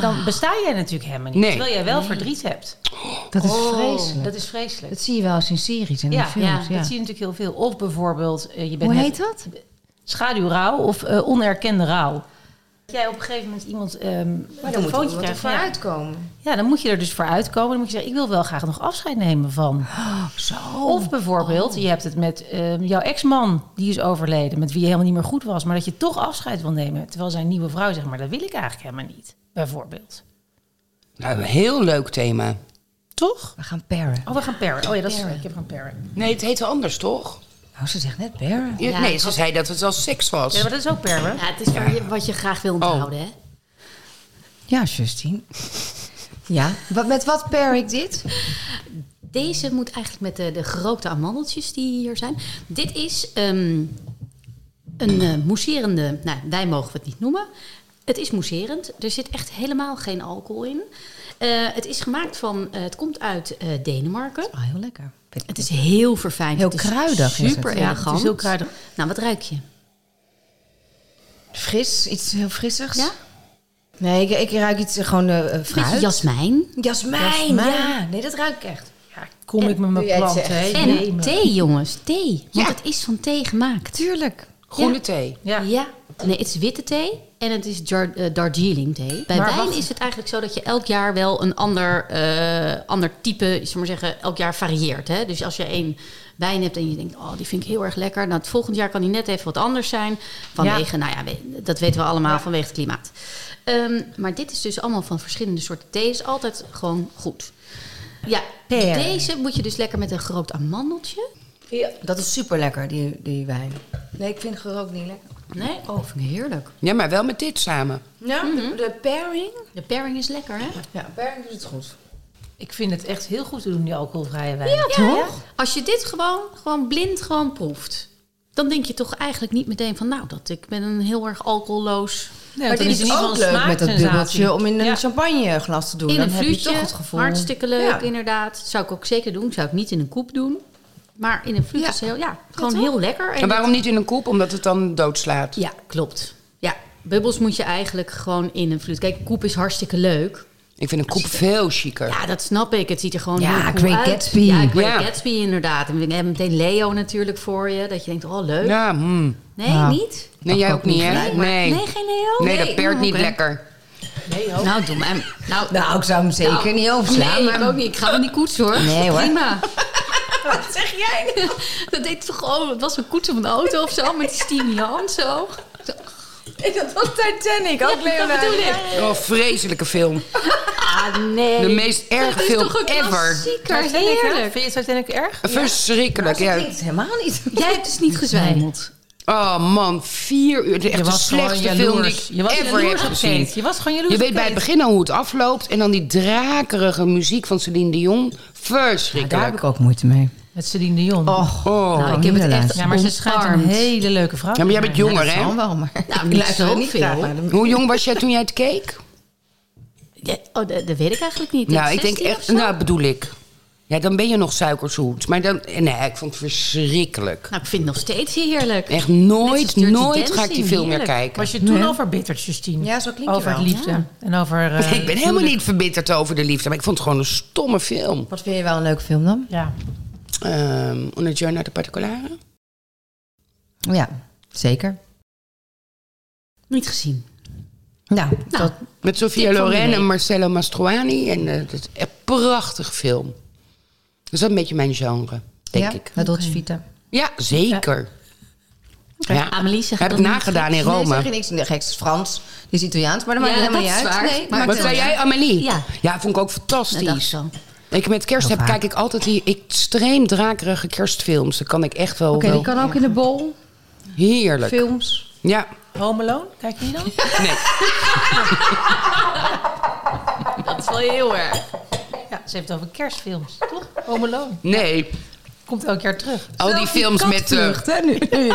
D: dan besta jij natuurlijk helemaal niet.
A: Nee.
D: Terwijl jij wel verdriet hebt.
B: Dat is
C: Oh.
B: vreselijk.
D: Dat is vreselijk.
B: Dat zie je wel eens in series en in
D: Ja,
B: films.
D: dat zie je natuurlijk heel veel. Of bijvoorbeeld, eh, je bent
B: Hoe
D: net-
B: heet dat?
D: schaduwrouw of eh, onerkende rouw. Dat jij op een gegeven moment iemand ehm een telefoontje krijgt. van, Ja,
B: uitkomen.
D: ja, dan moet je er dus voor uitkomen. Dan moet je zeggen, ik wil wel graag nog afscheid nemen van.
B: Oh, Zo. Oh.
D: Of bijvoorbeeld, je hebt het met ehm, jouw ex-man, die is overleden, met wie je helemaal niet meer goed was, maar dat je toch afscheid wil nemen. Terwijl zijn nieuwe vrouw zegt, maar dat wil ik eigenlijk helemaal niet. Bijvoorbeeld.
A: Nou, een heel leuk thema.
D: Toch?
B: We gaan paren.
D: Oh, we gaan paren. Oh ja, dat is, ik heb gaan paren.
A: Nee, het heet wel anders, toch?
B: Oh, ze zegt net paren.
A: Ja,
C: Ja,
A: nee,
C: ik
A: ze
C: had-
A: zei dat het al seks was.
D: Ja, maar dat is ook paren.
C: Ja, het is waar je- wat je graag wil onthouden, hè?
B: Ja, Justine. Ja. Wat, met wat pair ik dit?
C: Deze moet eigenlijk met de, de gerookte amandeltjes die hier zijn. Dit is ehm, een eh, mousserende... Nou, wij mogen het niet noemen. Het is mousserend. Er zit echt helemaal geen alcohol in. Eh, het is gemaakt van... eh, het komt uit eh, Denemarken.
B: Oh, heel lekker. Vind ik
C: Het is heel verfijnd.
B: Heel
C: het is
B: kruidig is
C: Super
B: het.
D: Ja,
C: elegant.
D: het is heel kruidig.
C: Nou, wat ruik je?
B: Fris, iets heel frissigs.
C: Ja?
B: Nee, ik, ik ruik iets eh, gewoon eh, eh,
C: Beetje
B: fruit.
C: jasmijn.
B: Jasmijn,
D: Jasmijn.
B: ja. Nee, dat ruik ik echt.
D: Ja, kom ik met mijn
B: nu jij het
D: plant,
B: zegt.
D: hè?
C: En
D: Nee, maar-
C: thee, jongens. Thee. Want
A: Ja.
C: het is van thee gemaakt.
B: Tuurlijk.
A: Groene thee.
D: Ja.
C: Ja. Nee, het is witte thee en het is Jar- eh, Darjeeling thee. Bij
D: Maar
C: wijn
D: wacht.
C: is het eigenlijk zo dat je elk jaar wel een ander, eh, ander type, zullen we maar zeggen, elk jaar varieert. Hè? Dus als je één wijn hebt en je denkt, oh, die vind ik heel erg lekker. Nou, het volgend jaar kan die net even wat anders zijn. Vanwege, nou ja, we- dat weten we allemaal vanwege het klimaat. Ehm, maar dit is dus allemaal van verschillende soorten thee. Is altijd gewoon goed. Ja,
B: Pear.
C: deze moet je dus lekker met een gerookt amandeltje.
B: Dat is super lekker, die, die wijn. Nee, ik vind gerookt niet lekker.
C: Nee, oh, vind ik heerlijk.
A: Ja, maar wel met dit samen.
B: Ja, de, pairing.
C: De pairing is lekker, hè?
B: Mhm. Ja, pairing doet het goed.
D: Ik vind het echt heel goed te doen, die alcoholvrije wijn.
C: toch? Als je dit gewoon, gewoon blind gewoon proeft, dan denk je toch eigenlijk niet meteen van, nou, dat ik ben een heel erg alcoholloos.
D: Nee,
B: maar
D: want dan
B: dit is,
D: in ieder
B: ook
D: geval een
B: leuk met dat
D: smaaksensatie.
B: dubbeltje om in een
D: Ja.
B: champagneglas te doen.
C: in
B: Dan
C: een
B: heb je toch
C: vloedje,
B: het gevoel.
C: hartstikke leuk,
B: Ja.
C: inderdaad. Zou ik ook zeker doen. Zou ik niet in een koep doen. Maar in een vloed
A: Ja.
C: is heel, ja, gewoon heel lekker.
A: En waarom niet in een koep? Omdat het dan doodslaat.
C: Ja, klopt. Ja, bubbels moet je eigenlijk gewoon in een vloed. Kijk, koep is hartstikke leuk.
A: Ik vind een koep veel chiquer.
C: Ja, dat snap ik. Het ziet er gewoon
B: Ja,
C: heel cool
B: Great
C: uit.
B: Gatsby.
C: Ja, Great
A: Ja.
C: Gatsby inderdaad. En we hebben meteen Leo natuurlijk voor je. Dat je denkt, oh leuk.
A: Ja, mm.
C: Nee,
B: Ja.
C: niet?
A: Nee, jij ook niet, hè?
C: Nee, maar-
A: Nee.
C: nee, geen Leo?
A: Nee, dat peert
C: oh,
A: niet
C: oké.
A: lekker.
C: Nou, doe maar. Nou,
B: Nou, ik zou hem zeker
C: Nou,
B: niet overslaan.
C: Nee,
B: maar
C: ik ook niet. Ik ga wel niet koetsen hoor.
B: Nee, hoor.
C: Prima. Wat zeg jij Dat deed toch gewoon, het was een koetsen van de auto of zo, met die steamy hand zo. Zo.
B: Dat was Titanic, ook
C: Dat bedoel ik.
A: Oh, vreselijke film.
C: Ah, nee.
A: De meest erg
C: dat is
A: film
C: toch een
A: ever.
C: klassieker,
D: Titanic, hè?
C: heerlijk.
D: Vind je Titanic erg?
A: Verschrikkelijk. Ja.
B: klinkt helemaal niet.
C: Jij hebt dus niet gezwijmeld.
A: Oh man, vier uur. Het is echt de slechtste film die ik
D: Je was
A: ever heb
D: jaloers op
A: gezien.
D: Kate. Je was gewoon jaloers
A: Je
D: op
A: weet bij het
D: Kate.
A: begin al hoe het afloopt. En dan die drakerige muziek van Celine Dion.
B: Daar heb
A: Verschrikkelijk.
B: ik ook moeite mee.
D: Met Celine Dion.
B: Och,
A: Oh.
C: Nou, ik heb het echt
D: ja, maar ze schijnt een
C: omarmd.
D: hele leuke vrouw.
A: Ja, maar jij bent jonger,
B: dat zal
A: hè?
B: wel, maar
C: Nou,
B: ik
C: niet
B: luister
C: zo
B: niet
C: veel.
B: graag naar de muziek.
A: Hoe jong was jij toen jij het keek?
C: Ja, oh, dat, dat weet ik eigenlijk niet.
A: Nou, ik denk
C: 16 of
A: echt...
C: zo?
A: Nou, bedoel ik. Ja, dan ben je nog suikerzoet. Maar dan... Nee, ik vond het verschrikkelijk.
C: Nou, ik vind het nog steeds heerlijk.
A: Echt
C: Net
A: nooit,
C: als Dirty
A: nooit
C: Dancing,
A: ga ik die film meer
C: heerlijk.
A: kijken.
D: Was je toen al verbitterd, Justine?
B: Ja, zo klinkt je
D: Over
B: wel.
D: het liefde. En over... eh,
A: Ik ben helemaal niet verbitterd over de liefde. Maar ik vond het gewoon een stomme film.
B: Wat vind je wel een leuke film dan?
D: Ja.
A: Ehm Una Journal de Particulare?
B: Ja, zeker.
C: Niet gezien.
B: Nou,
C: Nou,
B: dat,
A: Met Sofia
C: Tip van de
A: Loren
C: week.
A: en Marcello Mastroianni. En eh, dat is een prachtig film. Dus dat is een beetje mijn genre, denk
B: ja,
A: ik.
B: La Dolce Vita.
A: Ja, zeker. Ja.
C: Amelie zegt
A: Heb
C: dat
A: ik
C: niet.
A: nagedaan in
B: Nee, zeg
A: Rome.
B: je niks. Nee, geks is Frans. Die is Italiaans, maar dat maakt
C: Ja,
B: helemaal
C: dat
B: niet
C: is
B: uit.
C: waar.
B: Nee,
C: Maar
B: maakt
A: Wat
C: dat
A: zei
C: wel,
A: jij, Amelie?
C: Ja.
A: ja, vond ik ook
C: Dat dacht ik
A: fantastisch.
C: zo.
A: Ik met kerst heb,
B: vaak.
A: kijk ik altijd die extreem drakerige kerstfilms. Dat kan ik echt wel.
B: Oké,
A: wel-
B: die kan ook in de bol.
A: Heerlijk.
B: Films.
A: Ja.
D: Home Alone, kijk je die dan?
C: Dat is wel heel erg.
D: Ja, ze heeft het over kerstfilms, toch? Home Alone.
A: Nee,
D: Komt elk jaar terug.
A: al die films met. eh,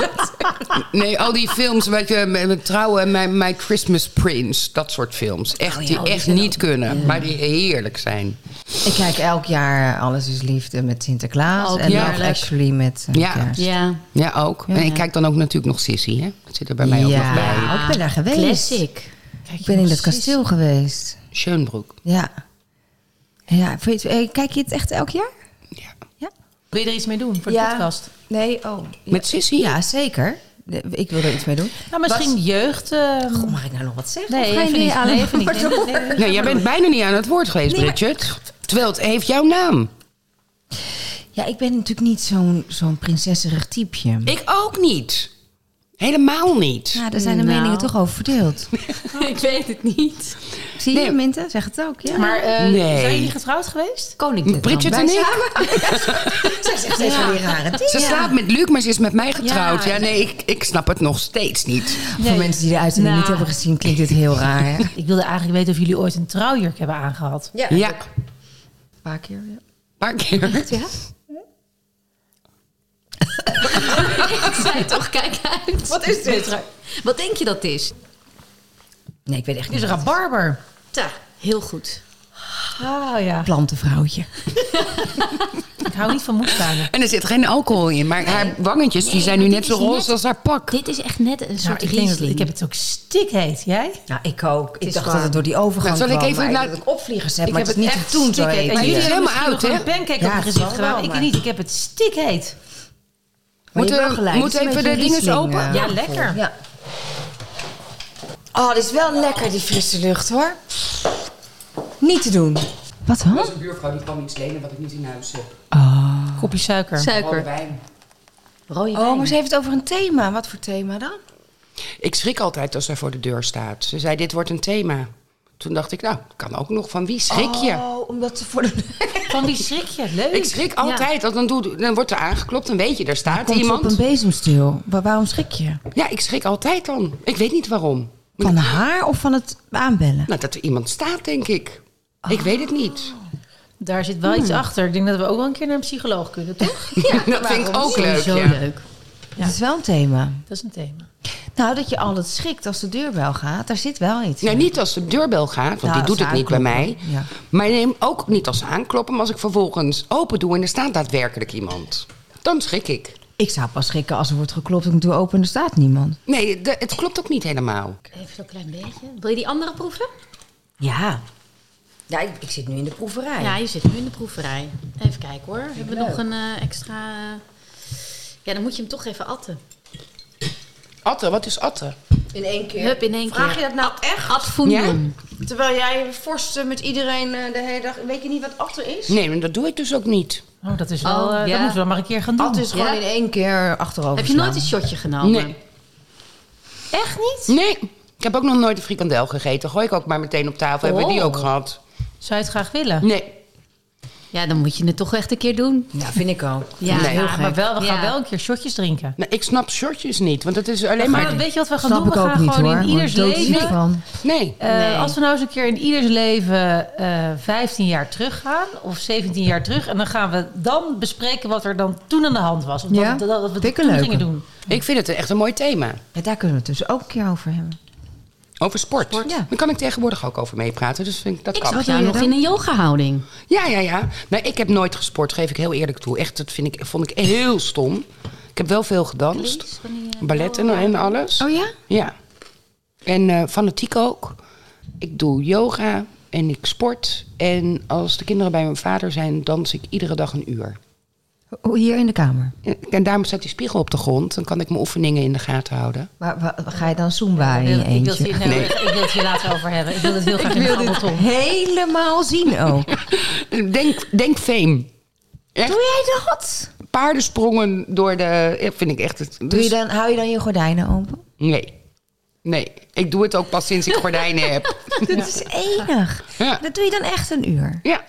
A: nee, al die films met, je met, met trouwen en My, My Christmas Prince. Dat soort films.
B: Oh
A: Echt, die echt niet kunnen, maar die heerlijk zijn.
B: Ik kijk elk jaar Alles is Liefde met Sinterklaas.
C: Ook
B: en Love
C: heerlijk.
B: Actually met eh,
A: Ja.
B: kerst.
C: Ja.
A: Ja, ook. en ik kijk dan ook natuurlijk nog Sissy, hè? Dat zit er bij mij ook nog bij.
B: ik ben daar geweest.
C: Classic.
B: Ik ben in dat kasteel geweest.
A: Schönbroek.
B: Ja. ja vind je, het- eh, kijk je het echt elk jaar?
A: Ja.
D: Wil je er iets mee doen voor de podcast?
B: Nee, oh.
A: Met Sissy?
B: Ja, zeker. De- Ik wil er iets mee doen.
D: Nou, misschien jeugd... eh,
B: Goh, mag ik nou nog wat zeggen?
D: Nee,
B: Of ga je
D: even
B: nu
D: niet.
B: aan
D: Nee,
B: het
D: even niet.
B: woord
D: Nee, nee,
B: over?
D: nee, nee.
A: Nee, jij bent bijna niet aan het woord geweest, Bridget. Terwijl het heeft jouw naam.
B: Ja, ik ben natuurlijk niet zo'n zo'n prinsesserig typeje.
A: Ik ook niet. Helemaal niet.
B: Ja, daar zijn de
C: Nou.
B: meningen toch over verdeeld.
C: ik weet het niet.
B: Zie je,
A: Nee.
B: Minte? Zeg het ook, ja.
D: Maar eh,
A: Nee.
D: zijn jullie getrouwd geweest?
C: Koninklijk.
A: Bridget
C: dan.
A: en ik.
B: zij zegt steeds
C: Ja.
B: van die rare dingen.
A: Ze slaapt met Luc, maar ze is met mij getrouwd.
C: Ja.
A: Ja, nee, ik, ik snap het nog steeds niet.
B: Voor mensen die de uitzending
C: Nou.
B: niet hebben gezien, klinkt dit heel raar. Hè?
D: Ik wilde eigenlijk weten of jullie ooit een trouwjurk hebben aangehad.
A: Ja, een
B: Een paar keer. Ja.
A: paar keer.
C: Ja? ik zei toch, kijk uit. Wat,
D: is dit?
C: denk je dat het is?
B: Nee, ik weet echt
D: Dit is
B: niet.
D: een rabarber.
C: Ta, heel goed.
D: Ah ja.
B: plantenvrouwtje.
D: Ik hou niet van moestuinen.
A: En er zit geen alcohol in, maar haar wangetjes die
C: Nee,
A: zijn nu
C: maar
A: net
C: dit
A: zo
C: is net-
A: roze als haar pak.
C: Dit is echt net een
D: Nou,
C: soort
D: ik, denk dat,
C: riesling.
D: ik heb het ook stikheet. Jij?
B: Nou, ik ook. Ik
C: is
B: dacht
C: waar.
B: dat het door die overgang
A: Nou, zal ik
B: kwam,
A: even
B: maar
A: laten-
B: dat ik opvliegers heb,
D: ik
B: maar
D: heb
B: het is niet te doen zo
D: stikheet.
B: heet.
D: En
A: Nee,
D: jullie
A: het is
D: hebben
A: helemaal
D: misschien
A: uit,
D: nog een pancake
B: Ja,
D: op je
B: het
D: gezicht
B: zal
D: gedaan.
B: wel,
D: ik
B: maar-
D: niet. Ik heb het stikheet.
B: Maar je hebt
A: Moeten-
B: wel gelijk,
A: moeten
B: het is een
A: even de
B: beetje
A: dinges
B: Riesling,
A: open?
B: eh,
D: Ja,
B: gevoel.
D: lekker.
B: Ja. Oh, dit is wel lekker, die frisse lucht, hoor. Niet te doen. Wat
A: Er
B: dan?
A: was een buurvrouw die kwam iets lenen wat ik niet in huis heb.
D: Kopje suiker.
A: Rode
C: Suiker.
A: wijn.
C: Rode
B: Oh,
C: wijn.
B: maar ze heeft het over een thema. Wat voor thema dan?
A: Ik schrik altijd als zij voor de deur staat. Ze zei, dit wordt een thema. Toen dacht ik, nou, kan ook nog. Van wie schrik je?
B: Oh, omdat ze voor de...
D: Van wie schrik je? Leuk.
A: Ik schrik altijd. Want dan, doe, dan wordt er aangeklopt. Dan weet je, daar staat
B: Komt ze op
A: iemand.
B: een bezemsteel. Wa- waarom schrik je?
A: Ja, ik schrik altijd dan. Ik weet niet waarom.
B: Van haar of van het aanbellen?
A: Nou, dat er iemand staat, denk ik. Ik weet het niet.
D: Daar zit wel iets achter. Ik denk dat we ook wel een keer naar een psycholoog kunnen, toch?
A: dat vind ik ook leuk.
C: Sowieso
A: Ja.
C: leuk.
B: Dat is wel een thema.
D: Dat is een thema.
B: Nou, dat je altijd schrikt als de deurbel gaat, daar zit wel iets.
A: Nou,
B: in.
A: niet als de deurbel gaat, want
B: Nou,
A: die
B: als
A: doet het niet bij mij.
B: aankloppen, ja.
A: Maar neem ook niet als ze aankloppen, maar als ik vervolgens open doe en er staat daadwerkelijk iemand. Dan schrik ik.
B: Ik zou pas schrikken als er wordt geklopt en ik doe open en er staat niemand.
A: Nee, de- het klopt ook niet helemaal.
C: Even zo'n klein beetje. Wil je die andere proeven?
B: Ja. Ja, ik, ik zit nu in de proeverij.
C: Ja, je zit nu in de proeverij. Even kijken hoor. Hebben we nog een eh, extra... eh, Ja, dan moet je hem toch even atten.
A: Atte, wat is Atte?
B: In één keer.
C: Hup, in één
B: Vraag
C: keer.
B: je dat nou echt?
C: Ad fundum.
B: Terwijl jij vorst eh, met iedereen eh, de hele dag... Weet je niet wat achter is?
A: Nee, maar dat doe ik dus ook niet.
D: Oh, dat is wel...
C: Oh,
D: eh,
C: ja.
D: Dat moeten we dan maar een keer gaan doen.
B: At is gewoon
C: Ja.
B: in één keer achterover
C: Heb je
B: slaan.
C: nooit een shotje genomen?
A: Nee.
D: Echt niet?
A: Nee, ik heb ook nog nooit een frikandel gegeten. Gooi ik ook maar meteen op tafel. Hebben we die
C: Oh.
A: ook gehad?
D: Zou je het graag willen?
A: Nee.
C: Ja, dan moet je het toch echt een keer doen.
B: Ja, vind ik ook.
C: Ja,
A: Nee.
D: Ja, maar wel, we gaan
C: Ja.
D: wel een keer shotjes drinken.
A: Nou, ik snap shortjes niet, want het is alleen maar...
D: Maar weet je wat we gaan
B: Snap
D: doen?
B: ik
D: We
B: ook
D: gaan
B: niet
D: gewoon
B: hoor.
D: in ieders
B: Word ik doodziek
D: leven...
B: van.
A: Nee.
D: Eh, Als we nou eens een keer in ieders leven eh 15 jaar teruggaan of 17 jaar terug. En dan gaan we dan bespreken wat er dan toen aan de hand was. Of
B: Ja,
D: dat, dat, dat we
B: vind ik
D: toen
B: een leuke.
D: gingen doen.
A: Ik vind het echt een mooi thema.
B: Ja, daar kunnen we het dus ook een keer over hebben.
A: Over sport.
B: ja.
A: Daar kan ik tegenwoordig ook over meepraten, dus vind ik, dat
C: Ik
A: kan.
C: zag
B: doe
C: jou
B: je
C: nou nog
B: dan?
C: in een yoga-houding.
A: Ja, ja, ja. Nou, ik heb nooit gesport, geef ik heel eerlijk toe. Echt, dat vind ik, vond ik heel stom. Ik heb wel veel gedanst.
C: Links van die, eh,
A: Ballet en, en alles.
B: Oh ja?
A: Ja. En eh, fanatiek ook. Ik doe yoga en ik sport. En als de kinderen bij mijn vader zijn, dans ik iedere dag een uur.
B: O- Hier in de kamer.
A: En, en daarom staat die spiegel op de grond. Dan kan ik mijn oefeningen in de gaten houden.
B: Waar, waar- ga je dan Zumba Ah, in je
D: Ik wil het
B: eentje?
D: hier, nou, ik wil het hier later over hebben. Ik wil het heel graag in de appelton.
B: helemaal zien ook.
A: Denk, denk fame. Echt?
B: Doe jij dat?
A: Paardensprongen door de... eh, Vind ik echt... Het,
B: Doe je
A: dus-
B: dan, hou je dan je gordijnen open?
A: Nee. Nee. Ik doe het ook pas sinds ik gordijnen heb.
B: Dat is enig.
A: Ja.
B: Dat doe je dan echt een uur.
A: Ja.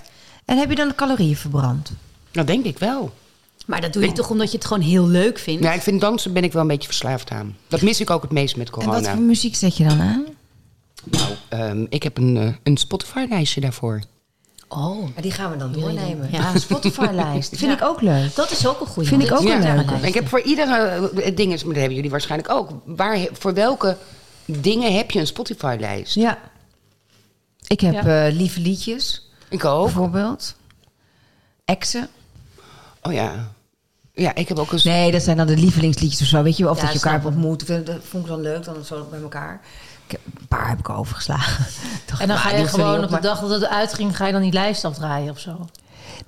B: En heb je dan de calorieën verbrand?
A: Dat denk ik wel.
C: Maar dat doe je toch omdat je het gewoon heel leuk vindt?
A: Ja, ik vind dansen ben ik wel een beetje verslaafd aan. Dat mis ik ook het meest met
B: En wat
A: corona.
B: voor muziek zet je dan aan?
A: Ehm, ik heb een, eh, een Spotify-lijstje daarvoor.
C: Oh,
B: die gaan we dan
C: doornemen.
B: Ja, Spotify-lijst. Vind ik ook leuk.
C: dat is ook een goede.
B: Vind ik ook een leuke.
A: Ik heb voor iedere eh, ding, is- maar dat hebben jullie waarschijnlijk ook. Waar, he- voor welke dingen heb je een Spotify-lijst?
B: Ja. Ik heb
D: Ja.
B: eh, lieve liedjes,
A: Ik ook.
B: bijvoorbeeld. Exen.
A: Oh ja. Ja, ik heb ook een...
B: Nee, dat zijn dan de lievelingsliedjes of zo. Weet je wel, of
C: Ja,
B: dat je elkaar
C: snap
B: hebt ontmoet. Dat dat vond ik dan leuk, dan zo bij elkaar. Ik heb, een paar heb ik overgeslagen. Dacht,
D: En dan
B: "Ah,
D: ga
B: die
D: je
B: hoeft er niet
D: gewoon
B: op,
D: op de
B: maar-
D: dag dat het uitging, ga je dan die lijst afdraaien of zo.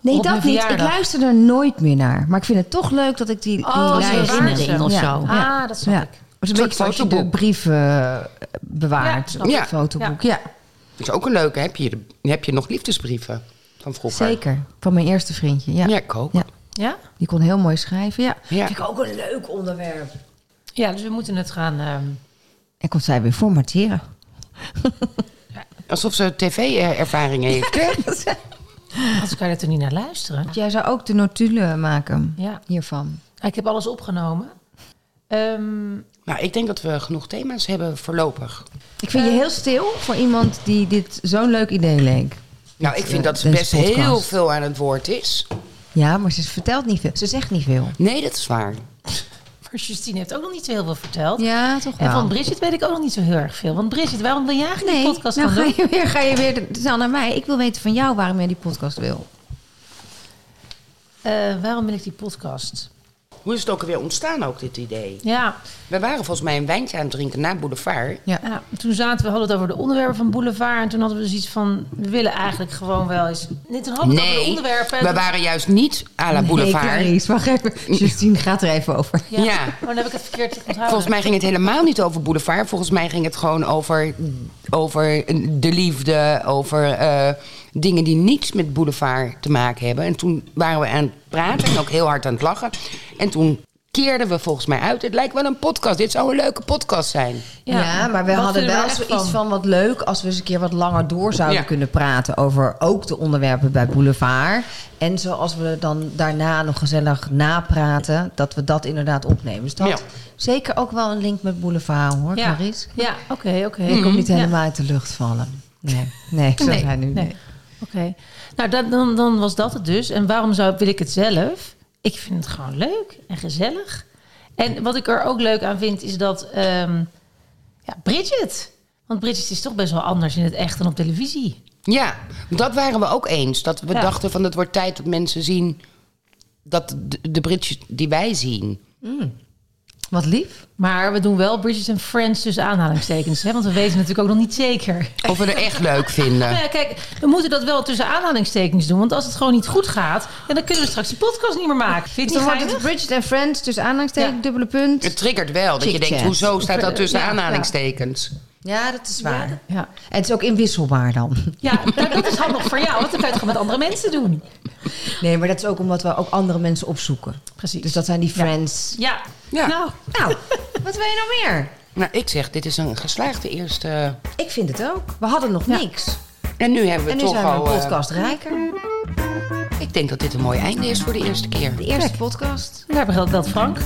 B: Nee,
D: op
B: dat
D: mijn
B: niet. Ik
D: verjaardag.
B: luister er nooit meer naar. Maar ik vind het toch leuk dat ik die, die
D: Oh,
C: Als
D: Ja,
C: een
D: ja,
C: herinnering
D: ja.
C: of zo.
B: Ja.
D: Ah, dat snap
B: Ja.
D: ik.
B: Het is een
A: soort
B: beetje zoals je de
A: fotoboek.
B: brieven eh, bewaart.
D: Ja,
B: Ja,
D: snap
A: ik.
B: het fotoboek. Ja.
A: Dat is ook een leuke. Heb je, de- heb je nog liefdesbrieven van vroeger?
B: zeker. Van mijn eerste vriendje. Ja.
A: Ja, ik ook.
B: Ja.
D: Ja?
B: Die kon heel mooi schrijven. Ja.
A: Ja.
B: Vind ik ook een leuk onderwerp.
D: Ja, dus we moeten het gaan... ehm,
B: En kon zij weer formateren.
A: Alsof ze tv-ervaring heeft. hè?
D: anders kan je er toch niet naar luisteren.
B: Jij zou ook de notulen maken
D: Ja. Ah,
B: hiervan.
D: Ik heb alles opgenomen. Ehm,
A: Nou, ik denk dat we genoeg thema's hebben voorlopig.
B: Ik vind je heel stil voor iemand die dit zo'n leuk idee leek.
A: Nou, ik vind
B: eh,
A: dat ze
B: deze
A: best
B: podcast.
A: heel veel aan het woord is.
B: Ja, maar ze vertelt niet veel. Ze zegt niet veel.
A: Nee, dat is waar.
D: maar Justine heeft ook nog niet zo heel veel verteld.
B: Ja, toch wel.
D: En van Bridget weet ik ook nog niet zo heel erg veel. Want Bridget, waarom wil je eigenlijk
B: Nou. nee,
D: die podcast
B: nou
D: gaan
B: ga
D: doen?
B: je weer, ga je weer snel naar mij. Ik wil weten van jou waarom jij die podcast wil.
D: Eh, waarom wil ik die podcast?
A: Hoe is het ook weer ontstaan, ook dit idee?
D: Ja,
A: We waren volgens mij een wijntje aan het drinken na Boulevard.
D: ja, toen zaten we, hadden het over de onderwerpen van Boulevard. En toen hadden we dus iets van, we willen eigenlijk gewoon wel eens... Nee, toen hadden we het over de
A: Nee,
D: onderwerpen. en
A: we
D: toen-
A: waren juist niet à la Boulevard.
B: Nee, wacht even. Justine gaat er even over.
A: ja.
D: Oh, dan heb ik het verkeerd onthouden.
A: Volgens mij ging het helemaal niet over Boulevard. Volgens mij ging het gewoon over, over de liefde, over eh, dingen die niets met Boulevard te maken hebben. En toen waren we aan het praten en ook heel hard aan het lachen. En toen keerden we volgens mij uit. Het lijkt wel een podcast. Dit zou een leuke podcast zijn.
B: Ja, maar we
D: Wat
B: hadden
D: vinden we
B: wel
D: er echt
B: zoiets van wat leuk als we eens een keer wat langer door zouden
A: Ja.
B: kunnen praten over ook de onderwerpen bij Boulevard. En zoals we dan daarna nog gezellig napraten, dat we dat inderdaad opnemen. Dus dat
A: Ja.
B: zeker ook wel een link met Boulevard hoor,
D: Ja.
B: Clarice.
D: Ja, oké, oké.
B: Ik
A: Mhm.
B: kom niet helemaal uit de lucht vallen. Nee, nee, zo
D: Nee,
B: zijn nu.
D: nee.
B: niet.
D: Oké. Nou, dat, dan, dan was dat het dus. En waarom zou, wil ik het zelf? Ik vind het gewoon leuk en gezellig. En wat ik er ook leuk aan vind, is dat... ehm, ja, Bridget. Want Bridget is toch best wel anders in het echt dan op televisie.
A: Ja, dat waren we ook eens. Dat we
D: Ja.
A: dachten van het wordt tijd dat mensen zien dat de, de Britjes die wij zien.
B: Wat lief.
D: Maar we doen wel Bridget en Friends tussen aanhalingstekens. Hè? Want we weten natuurlijk ook nog niet zeker.
A: Of we er echt leuk vinden.
D: Nou ja, kijk, we moeten dat wel tussen aanhalingstekens doen. Want als het gewoon niet goed gaat, ja, dan kunnen we straks die podcast niet meer maken. Vind
B: Dus
D: je
B: dan
D: het
B: wordt
D: niet
B: het
D: geinig?
B: Bridget en Friends, dus aanhalingstekens,
D: Ja.
B: dubbele punt.
A: Het triggert wel dat je
B: Chit-chat.
A: denkt, hoezo staat dat tussen
D: Ja, ja.
A: aanhalingstekens?
B: Ja, dat is waar.
D: Ja,
B: En het is ook inwisselbaar dan.
D: ja nou, dat is handig voor jou, want dan kan je het gewoon met andere mensen doen.
B: Nee, maar dat is ook omdat we ook andere mensen opzoeken.
D: Precies.
B: Dus dat zijn die friends.
D: Ja.
A: Ja.
D: Nou,
B: Nou, wat wil je nou meer?
A: Nou, ik zeg, dit is een geslaagde eerste.
B: Ik vind het ook. We hadden nog niks.
A: En nu hebben we
B: en nu
A: toch
B: zijn we
A: al.
B: een
A: eh,
B: podcast rijker.
A: ik denk dat dit een mooi einde is voor de eerste keer.
B: De eerste podcast.
D: daar begrijp ik dat, Frank.